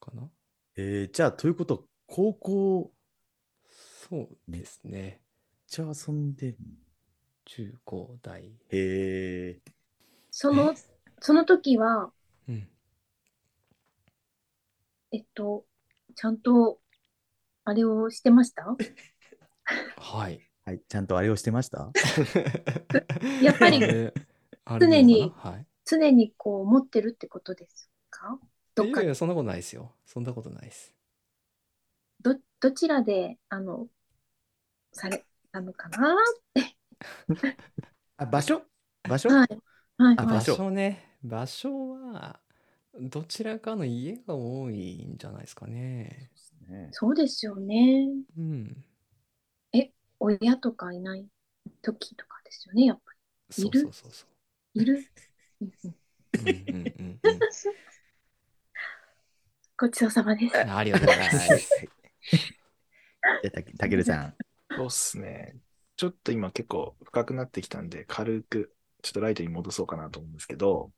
Speaker 5: かな
Speaker 3: えー、じゃあ、ということ、高校
Speaker 5: そうですね。
Speaker 3: じゃあ遊んで。
Speaker 5: 中高大。
Speaker 3: へえ。
Speaker 2: その、その時は、
Speaker 5: うん。
Speaker 2: えっと、ちゃんと、あれをしてました
Speaker 5: はい。
Speaker 3: はい、ちゃんとあれをしてました
Speaker 2: やっぱり
Speaker 5: あれあれ
Speaker 2: 常に
Speaker 5: はい。
Speaker 2: 常にこう持ってるってことですかどっ
Speaker 5: い
Speaker 2: か
Speaker 5: やいや、そんなことないですよ。そんなことないです。
Speaker 2: どどちらであのされたのかな
Speaker 3: あ、場所場所
Speaker 2: はいはい
Speaker 3: あ
Speaker 2: は
Speaker 5: 場
Speaker 3: 場
Speaker 2: い
Speaker 3: 所
Speaker 5: 所ね。場所は、どちらかの家が多いんじゃないですかね。
Speaker 3: ね
Speaker 2: そうですよね
Speaker 5: うん。
Speaker 2: 親とかいない時とかですよねやっぱ
Speaker 5: そう
Speaker 2: いる
Speaker 5: そうそうそう。
Speaker 2: りいるうんうん
Speaker 5: うんうんうんうん
Speaker 2: <laughs> ごちそうさまです
Speaker 5: ありがとうございま
Speaker 3: はい。
Speaker 2: <laughs>
Speaker 5: す。
Speaker 3: じゃあたけ、たけるさん。
Speaker 4: そうっすね。ちょっと今結構深くなってきたんで、軽くちょっとライトに戻そうかなと思うんですけど、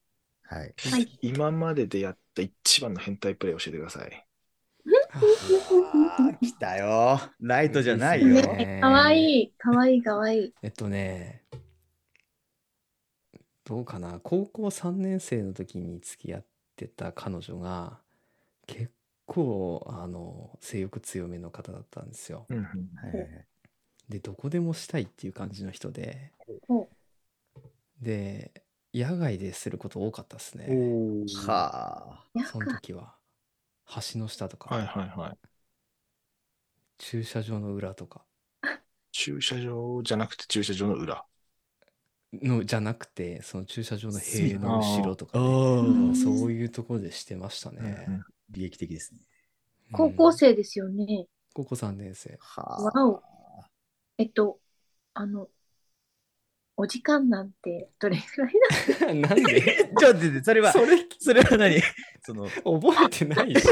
Speaker 3: はい。
Speaker 2: はい
Speaker 4: 今まででやった一番の変態プレイ教えてください。
Speaker 3: あー来たよ。ライトじゃない
Speaker 5: いい
Speaker 3: よ
Speaker 5: で。すね
Speaker 2: ねかわいいかわいいかわいい
Speaker 5: えっとね、どうかな、高校3年生の時に付き合ってた彼女が、結構、あの、性欲強めの方だったんですよ。
Speaker 4: うんうん、
Speaker 3: はいはいはい
Speaker 5: で、どこでもしたいっていう感じの人で
Speaker 2: ほ、
Speaker 5: で、野外ですること多かったですね、
Speaker 4: お
Speaker 3: は
Speaker 2: や
Speaker 5: その時は。橋の下と
Speaker 4: はい
Speaker 5: か、
Speaker 4: はいはい。
Speaker 5: 駐車場の裏とか、
Speaker 4: 駐車場じゃなくて駐車場の裏。
Speaker 5: のじゃなくて、その駐車場の塀の後ろと
Speaker 3: あ。
Speaker 5: かね、
Speaker 3: お
Speaker 2: ー
Speaker 5: そういうところでしてましたね。
Speaker 4: うんうん
Speaker 3: 利益的ですね。
Speaker 2: 高校生ですよね
Speaker 5: 高校3年
Speaker 3: <laughs>
Speaker 5: 生。
Speaker 3: は
Speaker 2: わおえっとあのお時間なんてどれくらいだ
Speaker 5: なん <laughs> で
Speaker 3: ちょっと待って、それは、
Speaker 5: それ
Speaker 3: それは何 <laughs> その、
Speaker 5: 覚えてないし。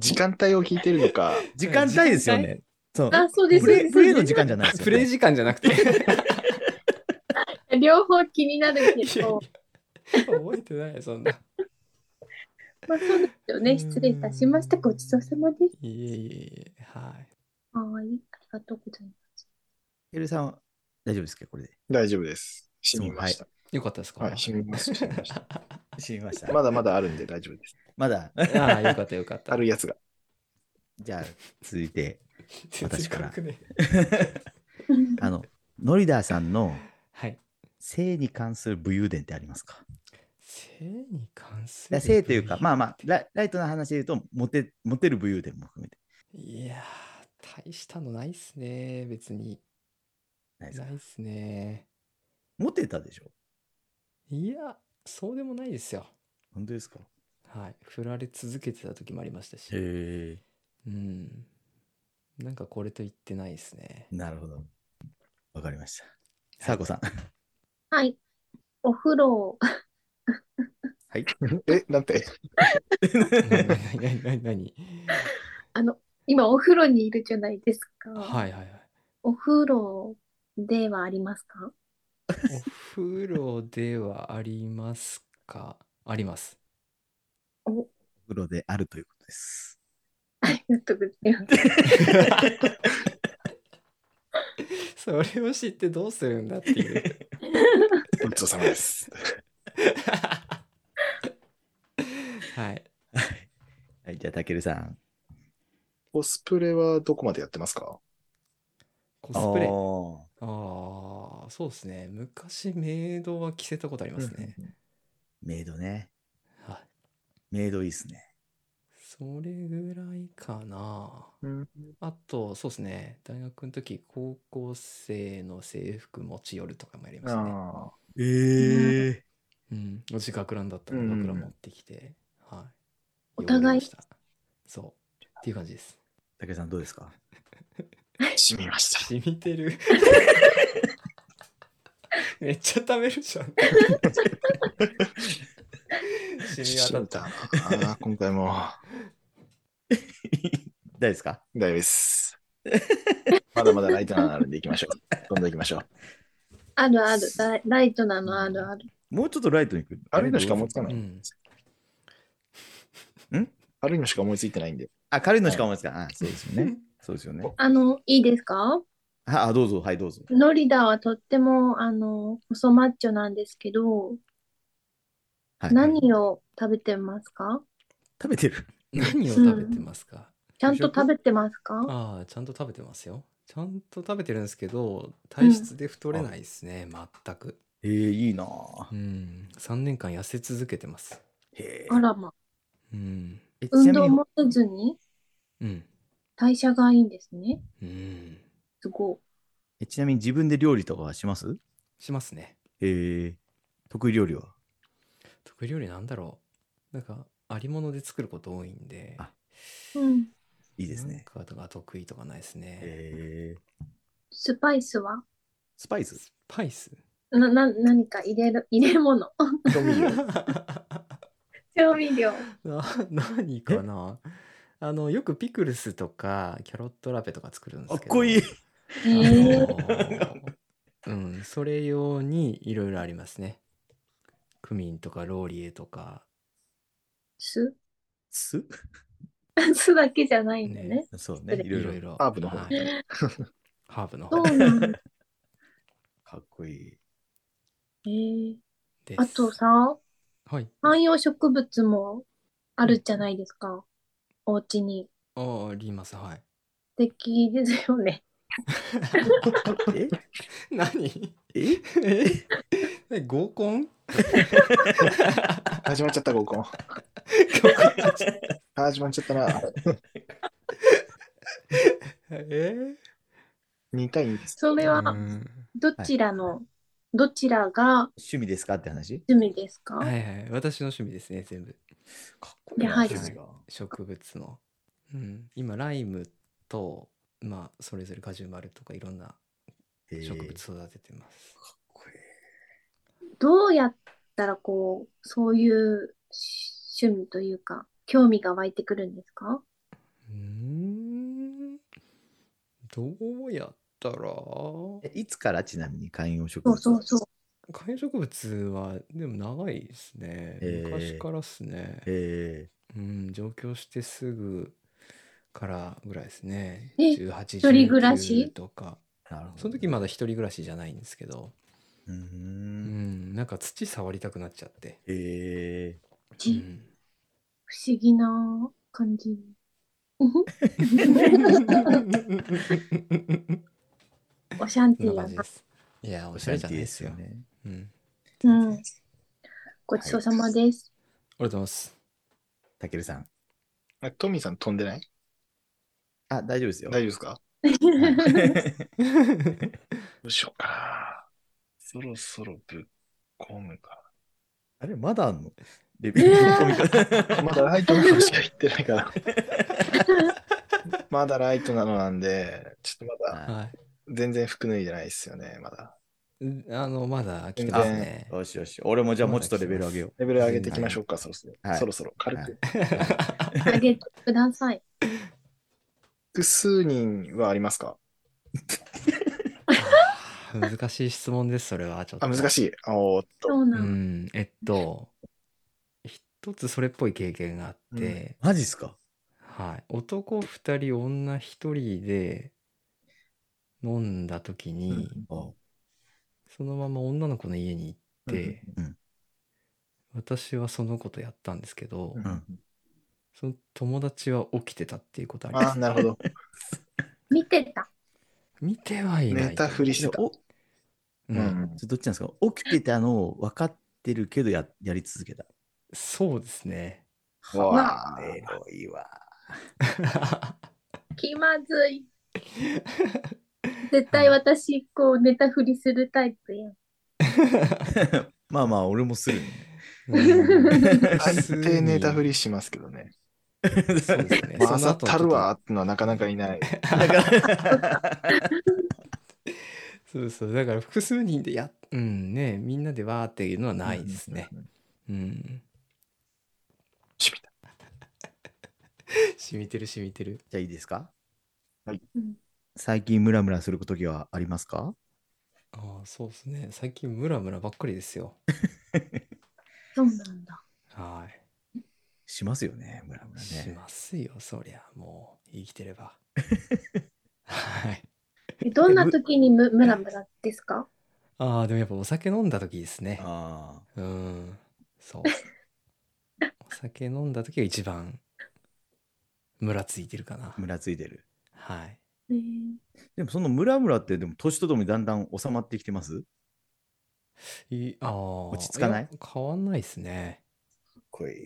Speaker 4: 時間帯を聞いてるの <laughs> か、
Speaker 3: <laughs> 時間帯ですよ
Speaker 5: 時間
Speaker 3: ね。そう。
Speaker 2: あそうです
Speaker 3: プレイプ
Speaker 2: そう
Speaker 3: レ
Speaker 2: で
Speaker 3: イ
Speaker 2: す
Speaker 3: の時間じゃないですよね。
Speaker 5: プレイ時間じゃなくて。いやい
Speaker 2: <laughs> 両方気になるけ
Speaker 5: や
Speaker 2: ど
Speaker 5: 覚えてない、そんな。
Speaker 2: まあそうですよね失礼いたしましたごちそうさまです
Speaker 5: いえいえいえ、はい。
Speaker 2: かわいい。ありがとうございます。
Speaker 3: たけるさんは大丈夫ですかこれで。
Speaker 4: 大丈夫です。死にました。
Speaker 5: よかったですか、
Speaker 4: はい、
Speaker 5: <laughs>
Speaker 4: 死にました。死にました。
Speaker 3: 知りました。
Speaker 4: まだまだあるんで大丈夫 <laughs> です。
Speaker 3: まだ。
Speaker 5: ああ、よかったよかった。
Speaker 4: あるや <laughs> つが。
Speaker 3: じゃあ、続いて、
Speaker 5: 全然
Speaker 3: 私から
Speaker 5: 軽くね
Speaker 3: <laughs> あの、ノリダーさんの
Speaker 5: はい。
Speaker 3: 性に関する武勇伝ってありますか
Speaker 5: 性に関す
Speaker 3: だ
Speaker 5: る。
Speaker 3: 性というか、まあまあ、ラライトな話で言うと、モテモテる武勇伝も含めて
Speaker 5: いやー、大したのないっすね、別に。
Speaker 3: ないですか
Speaker 5: ないっすね。
Speaker 3: モテたでしょ
Speaker 5: いや、そうでもないですよ。
Speaker 3: 本当ですか
Speaker 5: はい。振られ続けてた時もありましたし。
Speaker 3: へ
Speaker 5: うん。なんかこれと言ってないです
Speaker 3: <laughs>
Speaker 5: ね。
Speaker 3: え。なるほど。わかりました。さあこさん。
Speaker 2: はい。お風呂を、
Speaker 3: はい。
Speaker 4: え、なんて、
Speaker 5: 何何何
Speaker 2: あの、今お風呂にいるじゃないですか。
Speaker 5: はいはいはい。
Speaker 2: お風呂ではありますか <laughs>
Speaker 5: お風呂ではありますかあります。
Speaker 2: お、
Speaker 3: お風呂であるということです。
Speaker 2: ありがとうございます。
Speaker 5: それを知ってどうするんだっていう。
Speaker 4: ごちそうさまです。
Speaker 5: はい。
Speaker 3: はい、じゃあ、たけるさん。
Speaker 4: コスプレはどこまでやってますか
Speaker 5: コスプレ。
Speaker 3: お
Speaker 5: ああ、そうですね。昔、メイドは着せたことあり
Speaker 3: ー
Speaker 5: ますね。
Speaker 3: メイドね。
Speaker 5: はい。
Speaker 3: メイドいいっすね。
Speaker 5: それぐらいかな。
Speaker 4: うん。
Speaker 5: あと、そうですね。大学の時、高校生の制服持ち寄るとかもやりましたね。
Speaker 4: ああ。
Speaker 3: え
Speaker 2: ー
Speaker 5: うん。うち学ランだった
Speaker 4: うん
Speaker 5: の
Speaker 4: うんうん
Speaker 5: 学ラン持ってきて。はい。
Speaker 2: お互い
Speaker 5: 汚れましたそう。っていう感じです。
Speaker 3: たけるさん、どうですか
Speaker 4: しみました。
Speaker 5: 染みて <laughs> る。めっちゃ食べるじゃん。染み渡
Speaker 4: 染
Speaker 5: っ
Speaker 4: み
Speaker 5: た。
Speaker 4: たな <laughs> あー今回も。
Speaker 3: <laughs> 大丈夫ですか
Speaker 4: 大丈夫です。まだまだライトなのあるんで行きましょう。どんどん行きましょう。
Speaker 2: あるある。ライライトなのあるある。
Speaker 3: もうちょっとライトに行く。
Speaker 4: あるのしか思いつかな
Speaker 5: う
Speaker 4: い。
Speaker 5: ん。
Speaker 4: あるのしか思いついてないんで。
Speaker 3: あ、軽いのしか思いつかない。あ、そうですよね。そうですよね。
Speaker 2: あの、いいですか
Speaker 3: あ、あどうぞ、はい、どうぞ。
Speaker 2: ノリダはとっても、あの、細マッチョなんですけど、
Speaker 3: はい、
Speaker 2: 何を食べてますか
Speaker 3: 食べてる。
Speaker 5: 何を食べてますか、
Speaker 2: ちゃんと食べてますか
Speaker 5: ああ、ちゃんと食べてますよ。ちゃんと食べてるんですけど、体質で太れないですね、全く。
Speaker 3: えー、いいなぁ
Speaker 5: うん。3年間痩せ続けてます。
Speaker 3: へ
Speaker 2: あらま。
Speaker 5: うん。
Speaker 3: え
Speaker 2: 運
Speaker 3: ちなみ
Speaker 2: 動
Speaker 3: に
Speaker 2: もせずに
Speaker 5: うん。
Speaker 2: 代謝がいいんですね。
Speaker 5: うん。
Speaker 2: すご
Speaker 3: えちなみに自分で料理とかはします
Speaker 5: しますね。
Speaker 3: えー、得意料理は
Speaker 5: 得意料理なんだろう。なんか、ありもので作ること多いんで。
Speaker 3: あ
Speaker 2: い。うん。
Speaker 3: いいです
Speaker 5: なん
Speaker 3: ね。
Speaker 5: かとか得意とかないですね。
Speaker 3: えー、
Speaker 2: スパイスは
Speaker 3: スパイス
Speaker 5: スパイス <laughs>
Speaker 2: な、な、何か入れる、入れ物。
Speaker 4: 調味 <laughs> 料。
Speaker 2: 調味料。
Speaker 5: な何かなあのよくピクルスとかキャロットラペとか作るんですけど
Speaker 2: え
Speaker 5: あの
Speaker 2: ー、
Speaker 5: うんそれ用にいろいろありますねクミンとかローリエとか
Speaker 2: 酢 <laughs>
Speaker 3: 酢 <laughs>
Speaker 2: 酢だけじゃないんだね。
Speaker 3: そうね、い
Speaker 5: い
Speaker 3: ろ
Speaker 5: ろ
Speaker 3: い
Speaker 5: い
Speaker 3: ろ。
Speaker 5: ろ
Speaker 4: ハーブの方
Speaker 5: はいハーブの
Speaker 2: そ
Speaker 5: 方
Speaker 2: うなんだ。
Speaker 3: かっこい
Speaker 2: <laughs>
Speaker 3: い。
Speaker 2: えー、
Speaker 5: です
Speaker 2: あとさ、
Speaker 5: はい
Speaker 2: 観葉植物もあるじゃないですか。お家に。
Speaker 5: あありますはい
Speaker 2: 素敵ですよね。
Speaker 3: え
Speaker 5: <laughs> 何 <laughs>
Speaker 3: え
Speaker 5: え合コン
Speaker 4: 始まっちゃった、合コン。始まっちゃったな。
Speaker 5: え
Speaker 4: 2対2です。
Speaker 2: それは
Speaker 5: う、ん
Speaker 2: どちらの、どちらが
Speaker 3: 趣味ですかって話
Speaker 2: 趣味ですか、
Speaker 5: はいはい私の趣味ですね全部
Speaker 3: かっこ
Speaker 2: いいなやはり
Speaker 5: 趣味が植物の、うん、今ライムとまあそれぞれガジュマルとかいろんな植物育ててます、
Speaker 2: どうやったらこう、そういう趣趣味というか、興味が湧いてくるんですか
Speaker 5: うーんどうやったら
Speaker 3: えいつからちなみに観葉植
Speaker 2: そ
Speaker 3: 物
Speaker 2: うそうそう。
Speaker 5: 観葉植物はでも長いですね
Speaker 3: へー
Speaker 5: 昔からっすね、
Speaker 3: え
Speaker 5: うん上京してすぐからぐらいですね
Speaker 2: え
Speaker 5: 18
Speaker 2: 一人暮らし
Speaker 5: 19とか
Speaker 3: ー、なるほど。
Speaker 5: その時まだ一人暮らしじゃないんですけど
Speaker 3: うー。
Speaker 5: うんんなんか土触りたくなっちゃって、
Speaker 3: え
Speaker 5: う
Speaker 2: ち
Speaker 5: ん、
Speaker 2: 不思議な感
Speaker 5: <laughs>
Speaker 2: じ。おシャン
Speaker 5: そ
Speaker 2: テ
Speaker 5: ん
Speaker 2: ィ
Speaker 5: な
Speaker 2: ーや
Speaker 5: 感じで
Speaker 2: な。
Speaker 5: す。いや、
Speaker 3: ー、
Speaker 5: おしゃれじゃないですよ。
Speaker 3: ね。
Speaker 5: うん。
Speaker 2: うん。ごちそうさまです。
Speaker 5: りがとうございます。
Speaker 3: たけるさん。
Speaker 4: あトミーさん飛んでない
Speaker 3: あ、大丈夫ですよ。
Speaker 4: 大丈夫ですかどうしようかな。そろそろぶっ込むか。
Speaker 3: <laughs> あれ、まだあんのレビュ <laughs> ー
Speaker 4: まだライトなのしか言ってないから。まだライトなのなんで、ちょっとまだ
Speaker 5: は
Speaker 4: 全然服脱いでないですよね、まだ。
Speaker 5: い。んあの、まだ来てますね。
Speaker 3: よしよし。俺もじゃあもうちょっとレベル上げよ
Speaker 4: レベル上げていきましょうか、そろそろ。
Speaker 3: はい
Speaker 4: そろそろ軽く。
Speaker 2: あげてください。
Speaker 4: 複数人はありますか
Speaker 5: あー <laughs> 難しい質問です、それは。ちょっと。
Speaker 4: あ、難
Speaker 5: い。
Speaker 4: しい。おーっと。
Speaker 2: そう
Speaker 5: う
Speaker 2: なの。
Speaker 5: ん、えっと、一つそれっぽい経験があって、
Speaker 3: う。マジっすか
Speaker 5: はい。男二人、女一人で飲んだ時に、
Speaker 3: あ
Speaker 5: そのまま女の子の家に行って、
Speaker 3: うん
Speaker 5: 私はその子とやったんですけど、
Speaker 4: うん
Speaker 5: その友達は起きてたっていうことありま
Speaker 4: あー、
Speaker 5: す。
Speaker 4: なるほど。
Speaker 2: 見てた。
Speaker 5: 見てはいない。
Speaker 4: 寝たふりしてた。
Speaker 3: おちょ
Speaker 5: うん
Speaker 4: うん
Speaker 3: っとどっちなんですか起きてたのを分かってるけどややり続けた。
Speaker 5: そうですね。
Speaker 4: うわー
Speaker 3: エロいわ。
Speaker 2: 気まずい。絶対私、こう、寝たふりするタイプやん。
Speaker 3: まあまあ、俺もするね。
Speaker 4: 大抵ネタフ
Speaker 5: り。
Speaker 4: リしますけどね。
Speaker 5: そうですね。
Speaker 4: まあ、
Speaker 5: その
Speaker 4: 当
Speaker 5: 後
Speaker 4: たるわってのはなかなかいない。
Speaker 5: そうそう。だから複数人でやっ、うんね、みんなでわーっていうのはないですね。うん。
Speaker 4: しみた
Speaker 5: 染みてる染みてる。
Speaker 3: じゃあいいですか
Speaker 2: うん
Speaker 3: 最近ムラムラする時はありますか
Speaker 5: ああ、そうですね。最近ムラムラばっかりですよ。
Speaker 2: そうなんだ。
Speaker 5: は
Speaker 3: しますよね、ムラム
Speaker 5: い。
Speaker 3: ラ
Speaker 5: し
Speaker 3: ね。
Speaker 5: ますよ、そりゃ。もう、生きて
Speaker 3: <laughs>
Speaker 5: れば。はい。
Speaker 2: えどんな時にむムラムラですか
Speaker 5: ああ、でもやっぱお酒飲んだ時ですね。
Speaker 3: あ
Speaker 5: うん。そう。
Speaker 3: <laughs>
Speaker 5: お酒飲んだ時が一番、ムラついてるかな
Speaker 3: あ、。ムラついてる。
Speaker 5: はい。
Speaker 2: えー
Speaker 3: でもそのムラムラって、でも年とともにだんだん収まってきてます
Speaker 5: いああ。
Speaker 3: 落ち着かない
Speaker 5: や変わんないです
Speaker 3: <laughs>
Speaker 5: ね。
Speaker 3: こい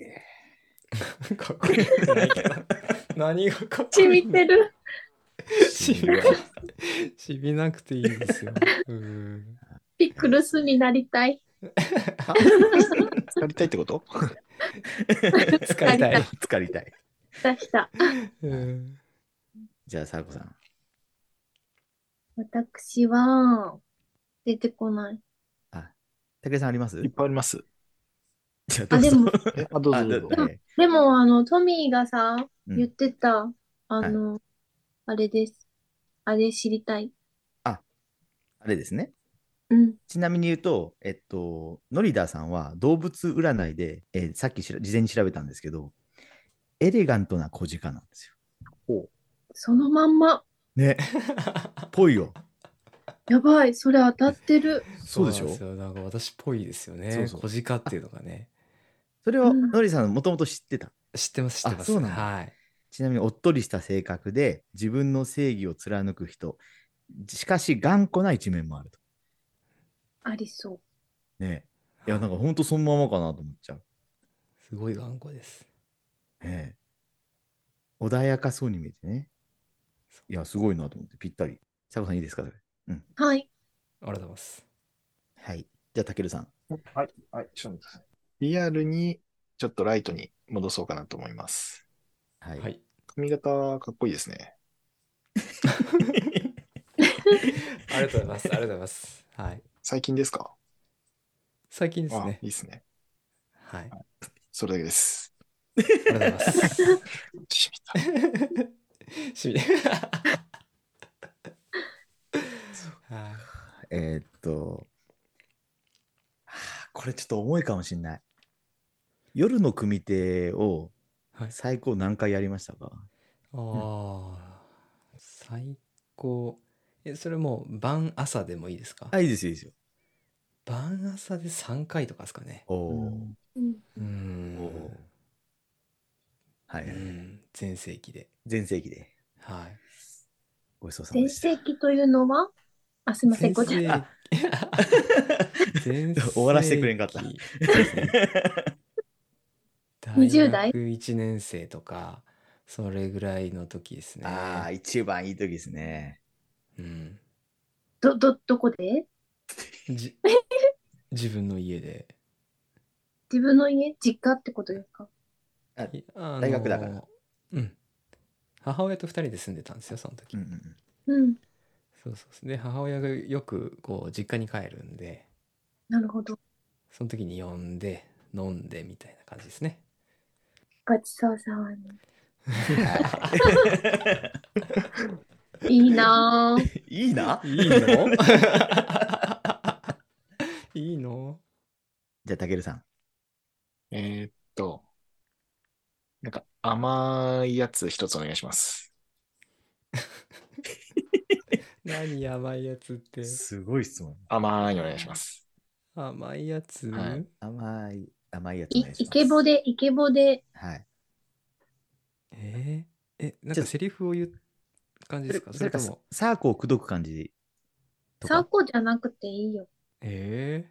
Speaker 5: かっこよくない
Speaker 3: <laughs>
Speaker 5: けど。何がかっこい
Speaker 2: 染
Speaker 5: い
Speaker 2: みてる。
Speaker 5: しみしみなくていいですよ。
Speaker 3: <laughs>
Speaker 5: うん。
Speaker 2: ピクルスになりたい。
Speaker 4: い。やりたいってこと
Speaker 5: 疲
Speaker 3: <laughs>
Speaker 5: れたい。
Speaker 3: 疲れたい。
Speaker 2: 出した。
Speaker 5: うん。
Speaker 3: じゃあ、サーコさん。
Speaker 2: 私は、出てこない。
Speaker 3: 武井さんあります
Speaker 4: いっぱいあります。
Speaker 3: じゃあ
Speaker 2: あ、でも、
Speaker 4: え、あ、どう
Speaker 3: あ
Speaker 4: ぞ
Speaker 3: ど
Speaker 4: ど
Speaker 3: う
Speaker 4: う
Speaker 3: ぞ
Speaker 4: ぞ。
Speaker 3: はい
Speaker 2: でも、あの、トミーがさ、
Speaker 3: うん
Speaker 2: 言ってた、あの、あれです。あれ知りたい。
Speaker 3: あれですね。
Speaker 2: うん。
Speaker 3: ちなみに言うと、えっと、ノリダーさんは動物占いで、えーさっきしら事前に調べたんですけど、エレガントな小鹿なんですよ。
Speaker 2: そのまんま。
Speaker 3: ね。ぽいよ。
Speaker 2: やばい、それ当たってる。
Speaker 3: そうでしょ
Speaker 5: なんすよなんか私っぽいですよね。
Speaker 3: そうそう
Speaker 5: 小鹿っていうのがね。
Speaker 3: それを
Speaker 2: うん
Speaker 3: ノリさんもともと知ってた。
Speaker 5: 知ってます、知
Speaker 3: あ
Speaker 5: ってます。
Speaker 3: そうなんだ
Speaker 5: はい。
Speaker 3: ちなみにおっとりした性格で自分の正義を貫く人。しかし頑固な一面もあると。
Speaker 2: ありそう。
Speaker 3: ね。いや、なんかほんとそのままかなと思っちゃう。
Speaker 5: すごい頑固です。
Speaker 3: ねえ穏やかそうに見えてね。いや、すごいなと思って、ぴったり。サコさんいいですかそれ。
Speaker 2: はい。
Speaker 5: ありがとうございます。
Speaker 3: はい。じゃあ、たけるさん。
Speaker 4: はい、はい、ちょっと待ってください。リアルに、ちょっとライトに戻そうかなと思います。
Speaker 3: はい。
Speaker 5: はい。
Speaker 4: 髪型、かっこいいですね。
Speaker 5: ありがとうございます。ありがとうございます。はい。
Speaker 4: 最近ですか
Speaker 5: 最近です
Speaker 4: あ、
Speaker 5: ね
Speaker 4: い。いですね。
Speaker 5: はい。あ
Speaker 4: それだけです。
Speaker 5: りがとうございます。
Speaker 4: しみた
Speaker 5: しみはい
Speaker 3: えーっと、はあこれちょっと重いかもしれない。夜の組手を
Speaker 5: はい
Speaker 3: 最高何回やりましたか、
Speaker 5: ああ、最高。え、それもう晩朝でもいいですか
Speaker 3: あ、いいですよ、いいですよ。
Speaker 5: 晩朝で3回とかですかね。
Speaker 3: お
Speaker 4: う
Speaker 3: お、
Speaker 4: ん
Speaker 2: うん。
Speaker 5: うーん。
Speaker 3: おーは
Speaker 5: う
Speaker 3: い。
Speaker 5: ん。全盛期で。
Speaker 3: 全盛期で。
Speaker 5: はい。
Speaker 3: ごちそうさま
Speaker 2: 全
Speaker 3: でした。
Speaker 2: 盛期というのはあ、すいません、ごちゃ。
Speaker 5: 全盛期
Speaker 3: 終わらせてくれんかっ
Speaker 5: <laughs>
Speaker 3: た
Speaker 5: 全盛期ですね
Speaker 2: 20
Speaker 5: 大
Speaker 2: 代
Speaker 5: 学1年生とか、それぐらいの時ですね。
Speaker 3: ああ、一番いい時ですね。
Speaker 5: うん、
Speaker 2: ど、ど、どこで <laughs>
Speaker 5: じ自分の家で。
Speaker 2: 自分の家実家ってことですか
Speaker 5: いあ
Speaker 3: 大学だから
Speaker 5: のうん。母親と2人で住んでたんですよ、その時。
Speaker 3: うんうん
Speaker 2: うん。
Speaker 5: そうそうそうで、母親がよくこう実家に帰るんで、
Speaker 2: なるほど。
Speaker 5: その時に呼んで、飲んでみたいな感じですね。
Speaker 2: ごちそうさまに。 <laughs> いいなぁ。
Speaker 3: <laughs> いいな。
Speaker 5: いいの
Speaker 3: <laughs>
Speaker 5: いいの
Speaker 3: じゃあ、たけるさん。
Speaker 4: えーっと、なんか甘いやつ一つお願いします。
Speaker 5: 何甘いやつって。
Speaker 3: すごい質問。
Speaker 4: 甘いお願いします。
Speaker 5: 甘いやつ、
Speaker 4: はい
Speaker 3: 甘い、甘いやつお
Speaker 2: い
Speaker 3: 願いします。
Speaker 2: イケボで、イケボで、
Speaker 3: はい。
Speaker 5: えーえ、なん
Speaker 3: ちょっ
Speaker 5: か
Speaker 3: と
Speaker 5: セリフを言う感じ
Speaker 3: それ
Speaker 5: ですかそ
Speaker 3: それ
Speaker 5: れ
Speaker 3: か
Speaker 5: と
Speaker 3: サ
Speaker 5: も、
Speaker 3: サーコを口説く感じと
Speaker 2: サー
Speaker 3: か。
Speaker 2: コじゃなくていいよ。
Speaker 5: え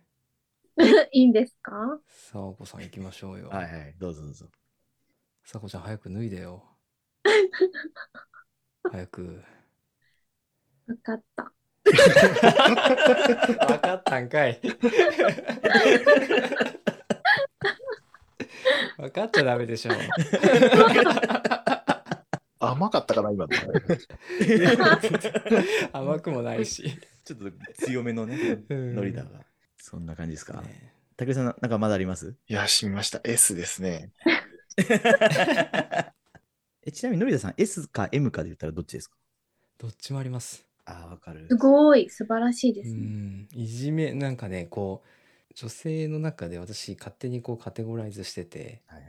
Speaker 5: ー、
Speaker 2: いいんですか
Speaker 5: さあこさん行きましょうよ。
Speaker 3: はいはい、どうぞどうぞ。
Speaker 5: さこちゃん早く脱いで
Speaker 3: <laughs>
Speaker 5: よ。早く。
Speaker 2: わかった。
Speaker 5: わかった
Speaker 3: <laughs>
Speaker 5: んかい。わかっちゃダメでしょ。
Speaker 4: 甘かったかな、今の。
Speaker 5: 甘くもないし。
Speaker 3: ちょっと強めの <laughs> ね、
Speaker 5: うん
Speaker 3: ノリだが。そんな感じですか。
Speaker 5: ね
Speaker 3: たけるさん、なんかまだあります
Speaker 4: いや、染みました。S ですね。
Speaker 3: えちなみに、のりださん、S か M かで言ったらどっちですか
Speaker 5: どっちもあります。
Speaker 3: ああ、わかる
Speaker 2: すごい、素晴らしいで
Speaker 5: う
Speaker 2: すね。
Speaker 5: ん。いじめ、なんかね、こう、女性の中で私勝手にこうカテゴライズしてて、
Speaker 3: はい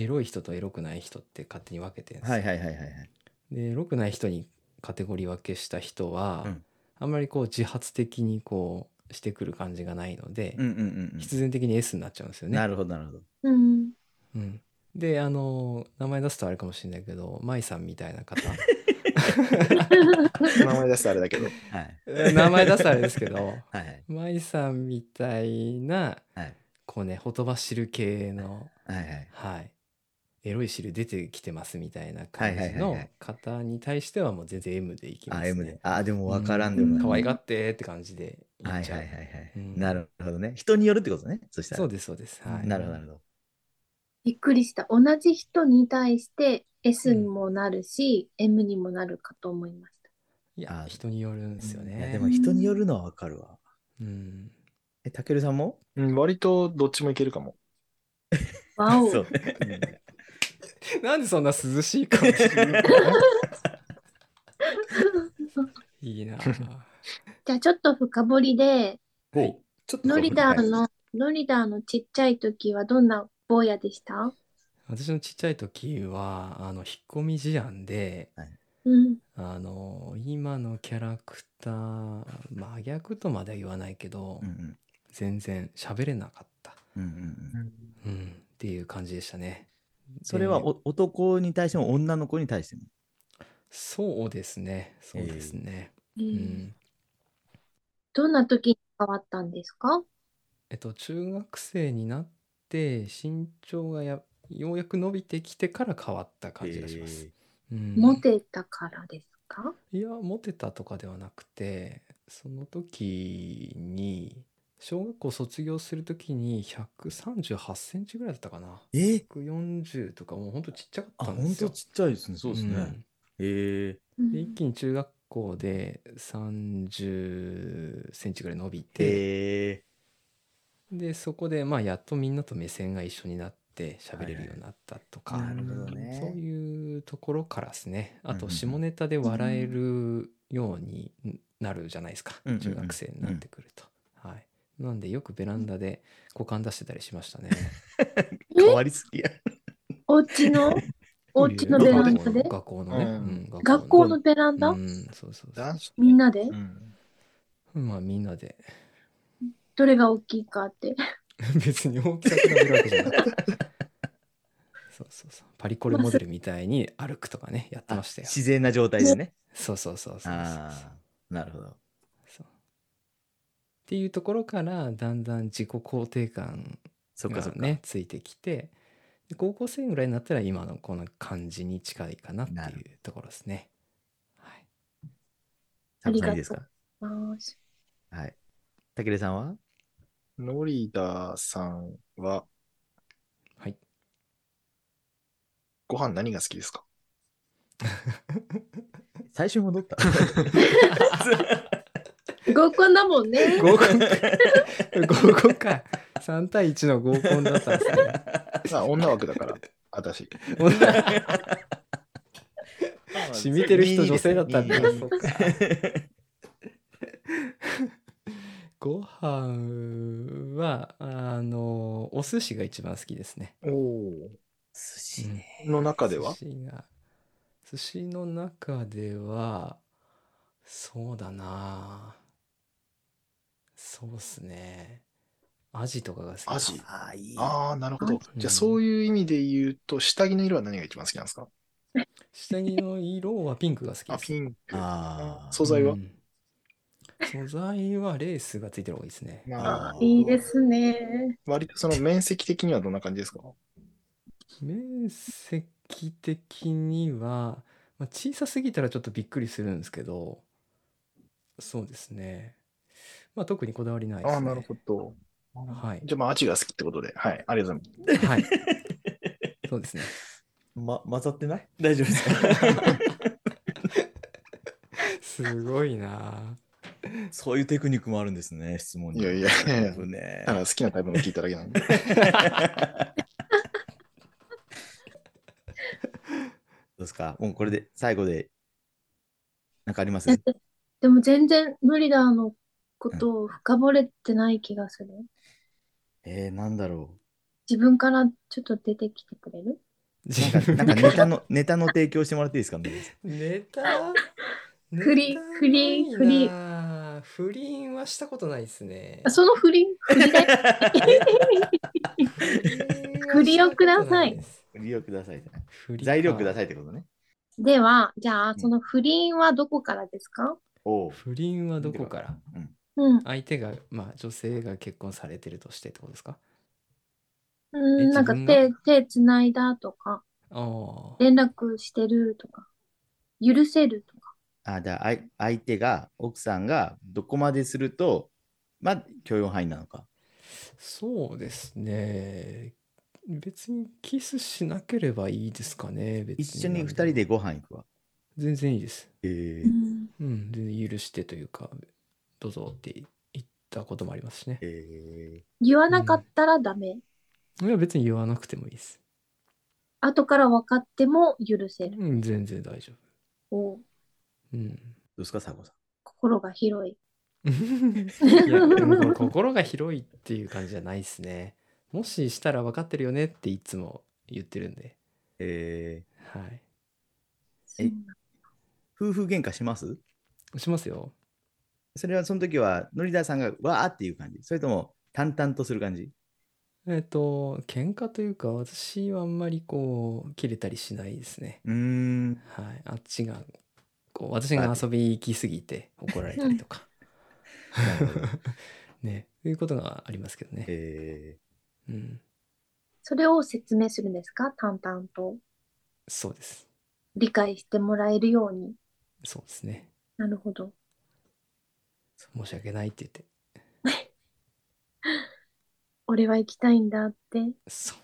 Speaker 5: エロい人とエロくない人って勝手に分けてるんですよ。
Speaker 3: はいはいはいはいはい。
Speaker 5: でエロくない人にカテゴリー分けした人は、
Speaker 3: うん
Speaker 5: あんまりこう自発的にこうしてくる感じがないので、
Speaker 3: うんうんうん
Speaker 5: 必然的に S になっちゃうんです
Speaker 3: う
Speaker 5: よ
Speaker 3: ん。
Speaker 5: ね。
Speaker 3: なるほどなるほど。
Speaker 2: うん。
Speaker 5: うん、であの名前出すとあれかもしれないけど舞さんみたいな方 <laughs>
Speaker 4: 名前出すとあれだけど。
Speaker 3: はい。
Speaker 5: 名前出すとあれですけ
Speaker 3: <laughs>
Speaker 5: ど
Speaker 3: はいはい
Speaker 5: 舞さんみたいな
Speaker 3: はい
Speaker 5: こうねほとばしる系の
Speaker 3: はいはい。
Speaker 5: はいエロい汁出てきてますみたいな
Speaker 3: は
Speaker 5: 感
Speaker 3: い
Speaker 5: じ
Speaker 3: はいはい
Speaker 5: の
Speaker 3: はい
Speaker 5: 方に対してはもう全然 M でいきます
Speaker 3: あ、
Speaker 5: ね。
Speaker 3: M で。あ、でもわからんで
Speaker 5: う
Speaker 3: も
Speaker 5: 可
Speaker 3: ない。
Speaker 5: 愛がってって感じで言
Speaker 3: は
Speaker 5: っ
Speaker 3: い
Speaker 5: ち
Speaker 3: は
Speaker 5: ゃ
Speaker 3: いうはいはい。
Speaker 5: うん
Speaker 3: なるほどね。人によるってことね。そしたら。
Speaker 5: そうですそうですはい
Speaker 3: なるほどなるほど。
Speaker 2: びっくりした。同じ人に対して S にもなるし、M にもなるかと思いまし
Speaker 5: いや
Speaker 3: あ
Speaker 5: 人によるんですよ
Speaker 3: いや
Speaker 5: ね
Speaker 3: でも人によるのはわかるわ。
Speaker 5: うん
Speaker 3: え、たけるさんも
Speaker 4: うん、割とどっちもいけるかも。
Speaker 2: た。わ
Speaker 3: <laughs>
Speaker 2: お。
Speaker 3: そう。
Speaker 4: うん
Speaker 5: なんでそんな涼しい感じいいなぁ
Speaker 2: <laughs> じゃあちょっと深掘りで、
Speaker 5: はい
Speaker 3: ちょっ
Speaker 2: ノリダーの、ノリダーのちっちゃい時はどんな坊やでした
Speaker 5: <laughs> 私のちっちゃい時はあの引っ込み思案で
Speaker 2: うん。
Speaker 5: あの今のキャラクター真逆とまでは言わないけど、
Speaker 3: うんうん
Speaker 5: 全然喋れなかった、
Speaker 3: うんうんうん。
Speaker 5: うん、っていう感じでしたね
Speaker 3: それは
Speaker 5: で
Speaker 3: お男に対しても女の子に対しても。
Speaker 5: そうですねそうですね、うん
Speaker 2: どんな時に変わったんですか
Speaker 5: えっと、中学生になって身長がやようやく伸びてきてから変わった感じがします。うん
Speaker 2: モテたからですか
Speaker 5: いやモテたとかではなくてその時に小学校卒業する時に138センチぐらいだったかな
Speaker 3: えー、え
Speaker 5: 140とかもうほんとちっちゃか
Speaker 3: あ、
Speaker 5: った
Speaker 3: ほ
Speaker 5: んで
Speaker 3: ん
Speaker 5: すよ
Speaker 3: と。ちっちゃいですね。そうですね。
Speaker 5: ん
Speaker 3: ええ
Speaker 2: うん
Speaker 5: で一気に中学校で30センチぐらい伸びて。
Speaker 3: ええ
Speaker 5: でそこでまあやっとみんなと目線が一緒になって喋れるようになったとか、
Speaker 3: はいはいなるほどね
Speaker 5: そういうところからですねあ
Speaker 3: うんうん
Speaker 5: と
Speaker 3: うん
Speaker 5: 下ネタで笑えるようになるじゃないですか、
Speaker 3: うんうんうん
Speaker 5: 中学生になってくると、はいなんでよくベランダで股間出してたりしましたね
Speaker 3: 変わりすぎや。
Speaker 2: お家の、お家のベランダで
Speaker 5: 学校のね、
Speaker 4: うん
Speaker 5: うん
Speaker 2: 学校のベランダ、
Speaker 5: うんそうそうそう
Speaker 4: 男子
Speaker 2: みんなで
Speaker 4: うん
Speaker 5: まあみんなで
Speaker 2: どれが大きいかって。
Speaker 5: <laughs> 別に大きさ比べるわけじゃないそうそうそうパリコレモデルみたいに歩くとかねやってましたよ
Speaker 3: 自然な状態でね。
Speaker 5: そうそうそうそうそう
Speaker 3: ああ、なるほど。
Speaker 5: っていうところからだんだん自己肯定感
Speaker 3: そっかそっか。
Speaker 5: がねついてきてで高校生ぐらいになったら今のこの感じに近いかなって
Speaker 3: な
Speaker 5: いうところですね。はい、
Speaker 3: サムさんいいです
Speaker 2: あ
Speaker 3: か
Speaker 2: まあし
Speaker 3: はい。たけるさんは
Speaker 4: ノリダさんは
Speaker 5: はい、
Speaker 4: ご飯何が好きですか
Speaker 3: 最初に戻った。
Speaker 2: 合コンだもんね。
Speaker 5: 合コン合コンか3対1の合コンだったんで
Speaker 3: <laughs>
Speaker 5: すね。
Speaker 4: まあ女枠だから、私。
Speaker 5: 染みてる人女性だったんだ。
Speaker 3: いいですね
Speaker 5: そっか <laughs> ご飯はあのお寿司が一番好きですね。
Speaker 4: おお。
Speaker 3: 寿司ね。
Speaker 4: の中では
Speaker 5: 寿司が寿司の中ではそうだなそうっすねアジとかが好きです
Speaker 4: アジ
Speaker 3: ああ、いい。
Speaker 4: ああ、なるほど。
Speaker 5: うん
Speaker 4: じゃあそういう意味で言うと、下着の色は何が一番好きなんですか
Speaker 5: 下着の色はピンクが好きです
Speaker 4: あ、ピンク。
Speaker 3: あー
Speaker 4: 素材は
Speaker 5: うん素材はレースがついてる方がいいですね
Speaker 4: まあ
Speaker 3: あー
Speaker 2: いいですね。
Speaker 4: 割とその面積的にはどんな感じですか
Speaker 5: 面積的には、まあ、小さすぎたらちょっとびっくりするんですけどそうですねまあ特にこだわりないです
Speaker 4: あ
Speaker 5: ね
Speaker 4: あ、なるほど。
Speaker 5: はい
Speaker 4: じゃあまあ、アジが好きってことで。はい、ありがとうございま
Speaker 5: はい。そうですね。
Speaker 3: ま、混ざってない <laughs> 大丈夫ですか <laughs>
Speaker 5: すごいな
Speaker 3: そういうテクニックもあるんですね、質問に。
Speaker 4: いやいやいや
Speaker 3: ね <laughs>
Speaker 4: す。ただ好きな食べ物聞いただけ <laughs> なんで。
Speaker 3: どうですかもうこれで最後でなんかあります
Speaker 2: えでも全然ノリダーのことを深掘れてない気がする。
Speaker 3: えー、なんだろ
Speaker 2: 自分からちょっと出てきてくれる
Speaker 3: う
Speaker 5: <laughs>
Speaker 3: なんかなんかネタのネタの提供してもらっていいですかね
Speaker 5: ネタ
Speaker 2: 不倫
Speaker 5: ネタ
Speaker 2: 不倫
Speaker 5: ないな不倫はしたことないですね
Speaker 2: あ。その振り、振りだよ
Speaker 5: 不
Speaker 2: 倫をください。
Speaker 3: 材料ください
Speaker 5: 不倫か
Speaker 3: 材料くださいってことね
Speaker 2: では、 <laughs> じゃあ、その不倫はどこからですか
Speaker 3: おう
Speaker 5: 不倫はどこから
Speaker 2: うん。
Speaker 5: 相手が、まあ、女性が結婚されてるとしてってことですか
Speaker 2: う
Speaker 5: え
Speaker 2: ん、なんか
Speaker 5: 自分
Speaker 2: 手、手つないだとか、
Speaker 5: ああ。
Speaker 2: 連絡してるとか、許せるとか。
Speaker 3: あじゃああい相手が奥さんがどこまでするとまあ許容範囲なのか
Speaker 5: そうですね。別にキスしなければいいですかね。別
Speaker 3: 一緒に二人でご飯行くわ
Speaker 5: 全然いいです。
Speaker 3: え
Speaker 2: う
Speaker 3: ー
Speaker 2: ん
Speaker 5: うん、で許してというか、どうぞって言ったこともありますしね。
Speaker 3: え
Speaker 2: 言わなかったらダメ。
Speaker 5: いや、別に言わなくてもいいです。
Speaker 2: 後から分かっても許せる。
Speaker 5: うん、全然大丈
Speaker 2: おう
Speaker 5: 夫。うん。
Speaker 3: ー、どうですか佐藤さん
Speaker 2: 心が広い。
Speaker 5: <laughs> いや、でも
Speaker 2: <laughs>
Speaker 5: これ心が広いっていう感じじゃないですね。もししたら分かってるよねっていつも言ってるんで。
Speaker 3: え
Speaker 5: はい。
Speaker 3: えー、夫婦喧嘩します
Speaker 5: しますよ。
Speaker 3: それはその時はノリダーさんがわーっていう感じそれとも淡々とする感じ
Speaker 5: えっ、と、喧嘩というか、私はあんまりこう、切れたりしないですね。
Speaker 3: うーん
Speaker 5: はい。あっちが、こう、私が遊び行きすぎて怒られたりとか。
Speaker 3: なるほど
Speaker 5: <laughs> ね。いうことがありますけどね。
Speaker 3: え
Speaker 5: うん。
Speaker 2: それを説明するんですか淡々と。
Speaker 5: そうです。
Speaker 2: 理解してもらえるように。
Speaker 5: そうですね。
Speaker 2: なるほど。
Speaker 5: 申し訳ないって言って。
Speaker 2: 俺は行きたいんだって。
Speaker 5: そ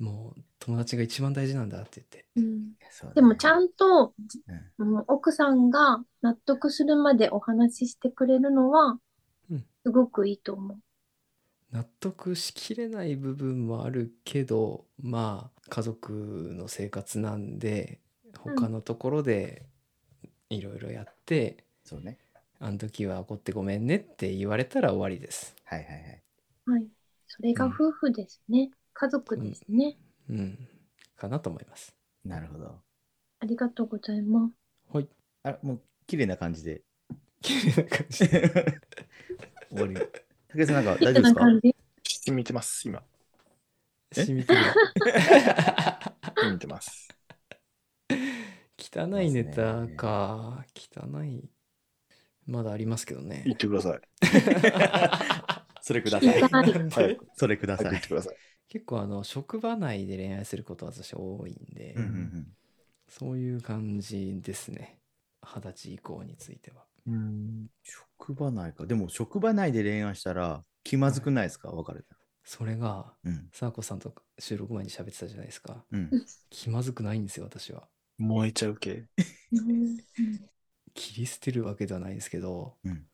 Speaker 5: う。もう友達が一番大事なんだって言って。
Speaker 2: うん、
Speaker 3: ーそうだね
Speaker 2: でもちゃんと、うん奥さんが納得するまでお話ししてくれるのは
Speaker 5: うん
Speaker 2: すごくいいと思う。
Speaker 5: 納得しきれない部分もあるけど、まあ家族の生活なんで、
Speaker 2: うん
Speaker 5: 他のところでいろいろやって、
Speaker 3: そうね
Speaker 5: あの時は怒ってごめんねって言われたら終わりです。
Speaker 3: はいはいはい
Speaker 2: はい。それが
Speaker 5: うん
Speaker 2: 夫婦ですね。家族ですね。
Speaker 5: うん。かなと思います。
Speaker 3: なるほど
Speaker 2: ありがとうございます。
Speaker 5: はい。
Speaker 3: あもう綺麗な感じで
Speaker 5: 綺麗な感じ
Speaker 3: 終。 <laughs> わり武井さんなんか
Speaker 2: い
Speaker 3: 大丈夫ですか
Speaker 2: 感じ。
Speaker 4: 見てます、今。
Speaker 3: え
Speaker 5: 染み <laughs> てる。
Speaker 4: 見てます。
Speaker 5: 汚いネタか、汚いまだありますけどね。
Speaker 4: 言ってください。
Speaker 3: それください
Speaker 2: 聞。きたい。
Speaker 5: なんで
Speaker 3: それくだ
Speaker 4: 早
Speaker 3: さ
Speaker 4: く言
Speaker 3: い
Speaker 4: って。ください。
Speaker 5: 結構あの職場内で恋愛することは私多いんで、
Speaker 3: うんうんうん
Speaker 5: そういう感じですね二十歳以降については
Speaker 3: 職場内か。でも、職場内で恋愛したら気まずくないですか別れた
Speaker 5: それが
Speaker 3: ら。うん。
Speaker 5: サーコさんと収録前に喋ってたじゃないですか
Speaker 3: うん。
Speaker 5: 気まずくないんですよ私は
Speaker 4: 燃えちゃう系。
Speaker 2: うん
Speaker 5: 切り捨てるわけではないですけど、
Speaker 3: うん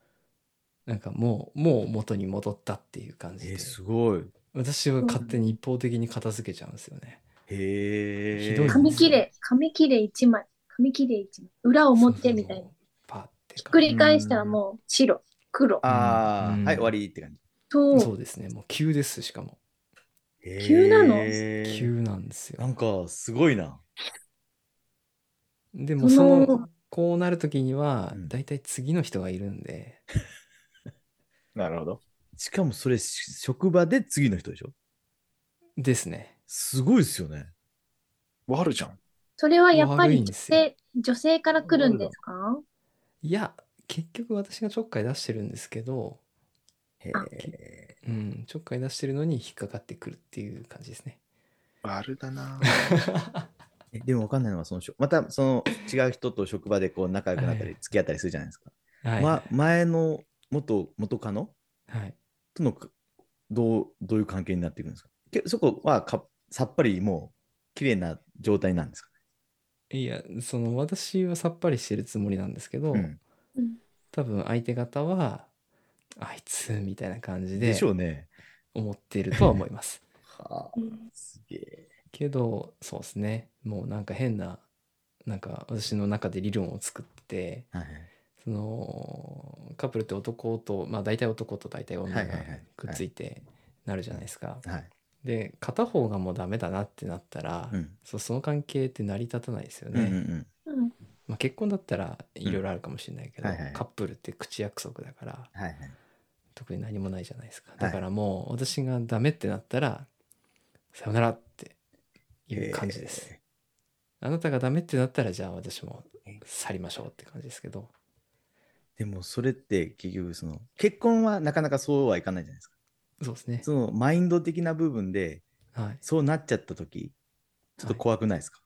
Speaker 5: なんかもうもう元に戻ったっていう感じで、
Speaker 3: えー、すごい。
Speaker 5: 私は勝手に一方的に片付けちゃうんですよね
Speaker 3: へえ。
Speaker 5: ひどい
Speaker 2: 紙切れ、紙切れ1枚、紙切れ1枚、裏を持ってみたいな。
Speaker 5: パッて
Speaker 2: ひっくり返したらもう白、黒、
Speaker 3: ああ、
Speaker 5: うん
Speaker 3: はい、終わりって感じ。
Speaker 5: そ
Speaker 2: と、
Speaker 5: うですねもう急ですしかも
Speaker 2: 急なの
Speaker 3: へー
Speaker 5: 急なんですよ
Speaker 3: なんか、すごいな。
Speaker 5: でも
Speaker 2: そ
Speaker 5: そ
Speaker 2: の
Speaker 5: のこうなる時には
Speaker 3: うん
Speaker 5: 大体次の人がいるんで、
Speaker 4: なるほど。
Speaker 3: しかも、それ、し職場で次の人でしょ
Speaker 5: ですね
Speaker 3: すごいですよね。
Speaker 4: 悪じゃん。
Speaker 2: それはやっぱ
Speaker 5: 悪い
Speaker 2: り
Speaker 5: ん
Speaker 2: 女
Speaker 5: ですよ
Speaker 2: 性、女性から来るんですか
Speaker 5: いや結局私がちょっかい出してるんですけど、
Speaker 3: へ
Speaker 2: あ
Speaker 3: え。
Speaker 5: うん、ちょっかい出してるのに引っかかってくるっていう感じですね
Speaker 4: 悪だ <laughs> な。
Speaker 3: えでも分かんないのは、そのしょ、またその違う人と職場でこう仲良くなった
Speaker 5: は
Speaker 3: り
Speaker 5: い、
Speaker 3: 付き合ったりするじゃないですか。
Speaker 5: はい、
Speaker 3: ま、前の元元カノ
Speaker 5: はい、
Speaker 3: とのかどうどういう関係になっていくんですかけそこはかさっぱりもう綺麗な状態なんですか、
Speaker 5: いやその私はさっぱりしてるつもりなんですけど、
Speaker 3: うん
Speaker 5: 多分相手方はあいつみたいな感じ
Speaker 3: で
Speaker 5: で
Speaker 3: しょうね。
Speaker 5: 思ってるとは思います <laughs>
Speaker 3: はあ、
Speaker 2: うん
Speaker 3: すげえ。
Speaker 5: けどそうですねもうなんか変ななんか私の中で理論を作って
Speaker 3: はい
Speaker 5: そのカップルって男とまあ大体男と大体女
Speaker 3: はい
Speaker 5: が
Speaker 3: はいはい
Speaker 5: くっついてなるじゃないですか。
Speaker 3: はい。
Speaker 5: で片方がもうダメだなってなったら、
Speaker 3: うん。
Speaker 5: そうその関係って成り立たないですよ
Speaker 3: うん
Speaker 5: ね。
Speaker 3: うんうん。
Speaker 2: うん
Speaker 5: まあ、結婚だったらいろいろあるかもしれないけど、
Speaker 3: はいはい
Speaker 5: カップルって口約束だから
Speaker 3: はいはい。
Speaker 5: 特に何もないじゃないですか。だからもう私がダメってなったらさよならっていう感じです。
Speaker 3: へ
Speaker 5: あなたがダメってなったらじゃあ私も去りましょうって感じですけど
Speaker 3: え。でもそれって結局その結婚はなかなかそうはいかないじゃないですか。
Speaker 5: そうですね
Speaker 3: そのマインド的な部分で
Speaker 5: はい
Speaker 3: そうなっちゃった時ちょっと怖くないですか、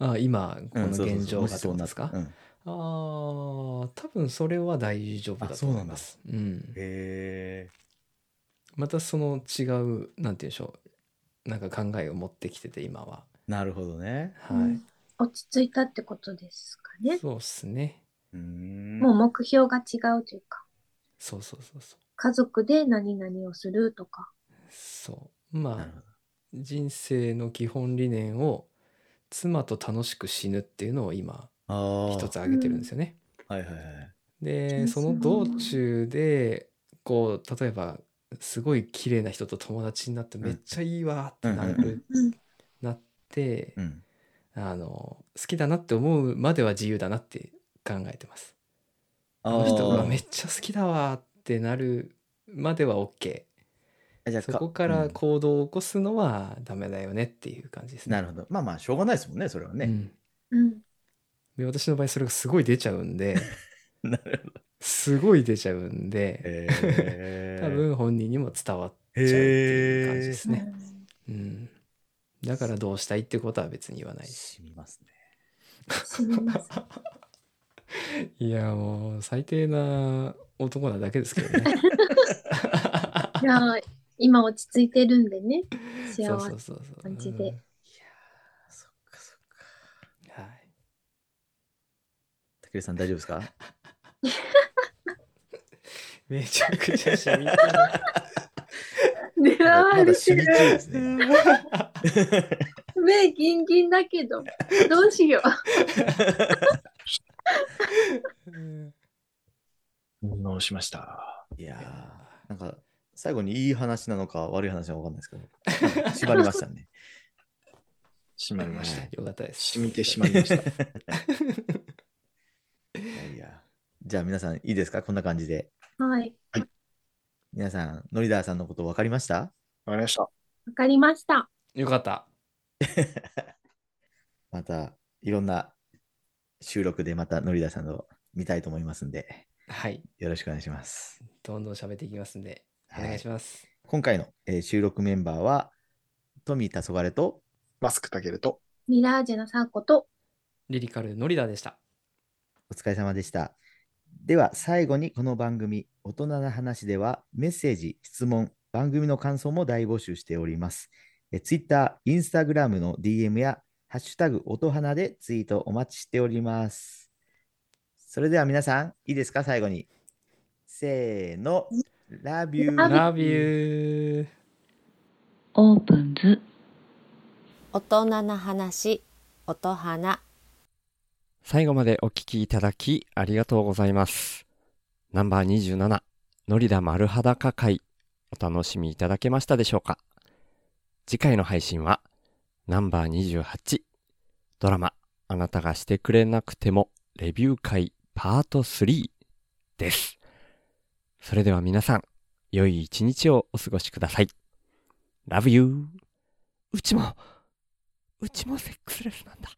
Speaker 5: あ今この
Speaker 3: うんそうそうそう
Speaker 5: 現状
Speaker 3: も
Speaker 5: が
Speaker 3: し
Speaker 5: って
Speaker 3: そ
Speaker 5: こ
Speaker 3: う
Speaker 5: と
Speaker 3: なっ
Speaker 5: ですか
Speaker 3: たうん
Speaker 5: あー多分それは大丈夫だ
Speaker 3: あ
Speaker 5: と
Speaker 3: そう
Speaker 5: 思
Speaker 3: ないんだ
Speaker 5: ますうん
Speaker 3: へえ。
Speaker 5: またその違うなんて言うんでしょうなんか考えを持ってきてて今は
Speaker 3: なるほどね。
Speaker 5: はい、
Speaker 2: 落ち着いたってことですかね。
Speaker 5: そうっすね
Speaker 3: うーん
Speaker 2: もう目標が違うというか、
Speaker 5: そうそうそうそう
Speaker 2: 家族で何々をするとか。
Speaker 5: そう
Speaker 3: な
Speaker 5: ま
Speaker 3: るほ
Speaker 5: あ人生の基本理念を妻と楽しく死ぬっていうのを今
Speaker 3: どああ。
Speaker 5: 一つ挙げてるんですよね
Speaker 3: はいはいはい。
Speaker 5: で
Speaker 2: うん
Speaker 5: その道中でこう例えばすごい綺麗な人と友達になってめっちゃいいわってなる、
Speaker 3: うんうんうん
Speaker 2: うん
Speaker 5: なって
Speaker 3: う、ん。
Speaker 5: あの好きだなって思うまでは自由だなって考えてます。
Speaker 3: あ
Speaker 5: あの人がめ
Speaker 3: ー
Speaker 5: っちゃ好きだわってなるまでは OK
Speaker 3: あじゃあ
Speaker 5: そこから
Speaker 3: うん
Speaker 5: 行動を起こすのはダメだよねっていう感じですね。
Speaker 3: なるほど。まあまあ、しょうがないですもんね、それは
Speaker 5: う
Speaker 3: ね。
Speaker 5: ん
Speaker 2: うん。
Speaker 5: で私の場合それがすごい出ちゃうん <laughs> で
Speaker 3: <laughs> なるほど。
Speaker 5: すごい出ちゃうんで。
Speaker 3: へ
Speaker 5: 多分本人にも伝わっちゃうっていう感じですね。うん、だからどうしたいってことは別に言わないし。
Speaker 3: 染みますね。
Speaker 2: すみません。
Speaker 5: いやもう最低な男なだけですけ
Speaker 2: <laughs>
Speaker 5: どね。
Speaker 2: いやー今落ち着いてるんでね。幸せ。
Speaker 5: そ
Speaker 2: <laughs>
Speaker 5: うそうそうそう。
Speaker 2: 感じで
Speaker 5: うん
Speaker 3: そっかそっか。
Speaker 5: はい。
Speaker 3: たけるさん大丈夫ですか
Speaker 5: めちゃくちゃ染みてる。
Speaker 2: 狙わ
Speaker 3: まだ
Speaker 2: れて
Speaker 3: 染み中
Speaker 2: る。
Speaker 3: ですね。
Speaker 2: 目ギンギンだけど、どうしよ
Speaker 5: うん
Speaker 4: 直しました。
Speaker 3: い
Speaker 5: いや
Speaker 3: やー、なんか、最後にいい話なのか悪い話なのかわかんないですけど、縛りました
Speaker 5: <laughs>
Speaker 3: ね。
Speaker 4: 閉まりました。
Speaker 5: よかったです。
Speaker 4: 染みてしまいました。
Speaker 3: いやいや。じゃあ皆さんいいですかこんな感じで。
Speaker 2: う。はい。
Speaker 3: 皆さん、ノリダーさんのこと分かりました
Speaker 4: わかりました。
Speaker 2: わかりました。
Speaker 5: よかった。
Speaker 3: またいろんな収録でまたノリダーさんの見たいと思いますんで、
Speaker 5: はい。
Speaker 3: よろしくお願いします。
Speaker 5: どんどん喋っていきますんで、お願いします。
Speaker 3: 今回の、えー収録メンバーは、富田そがれと、
Speaker 4: マスクたけると、
Speaker 2: ミラージェのサーコと、
Speaker 5: リリカルノリダでした。
Speaker 3: お疲れ様でした。では最後にこの番組「大人な話」ではメッセージ、質問、番組の感想も大募集しております。え Twitter、Instagram の DM や「ハッシュタグ音花」でツイートお待ちしております。それでは皆さん、いいですか最後に。せーの、ラビュー。
Speaker 5: ラビュー。
Speaker 1: オープンズ
Speaker 6: 大人な話音花
Speaker 7: 最後までお聞きいただきありがとうございます。ナンバー27、のりだ丸裸会、お楽しみいただけましたでしょうか次回の配信は、ナンバー28、ドラマ、あなたがしてくれなくても、レビュー会パート3です。それでは皆さん、良い一日をお過ごしください。Love you! うちも、うちもセックスレスなんだ。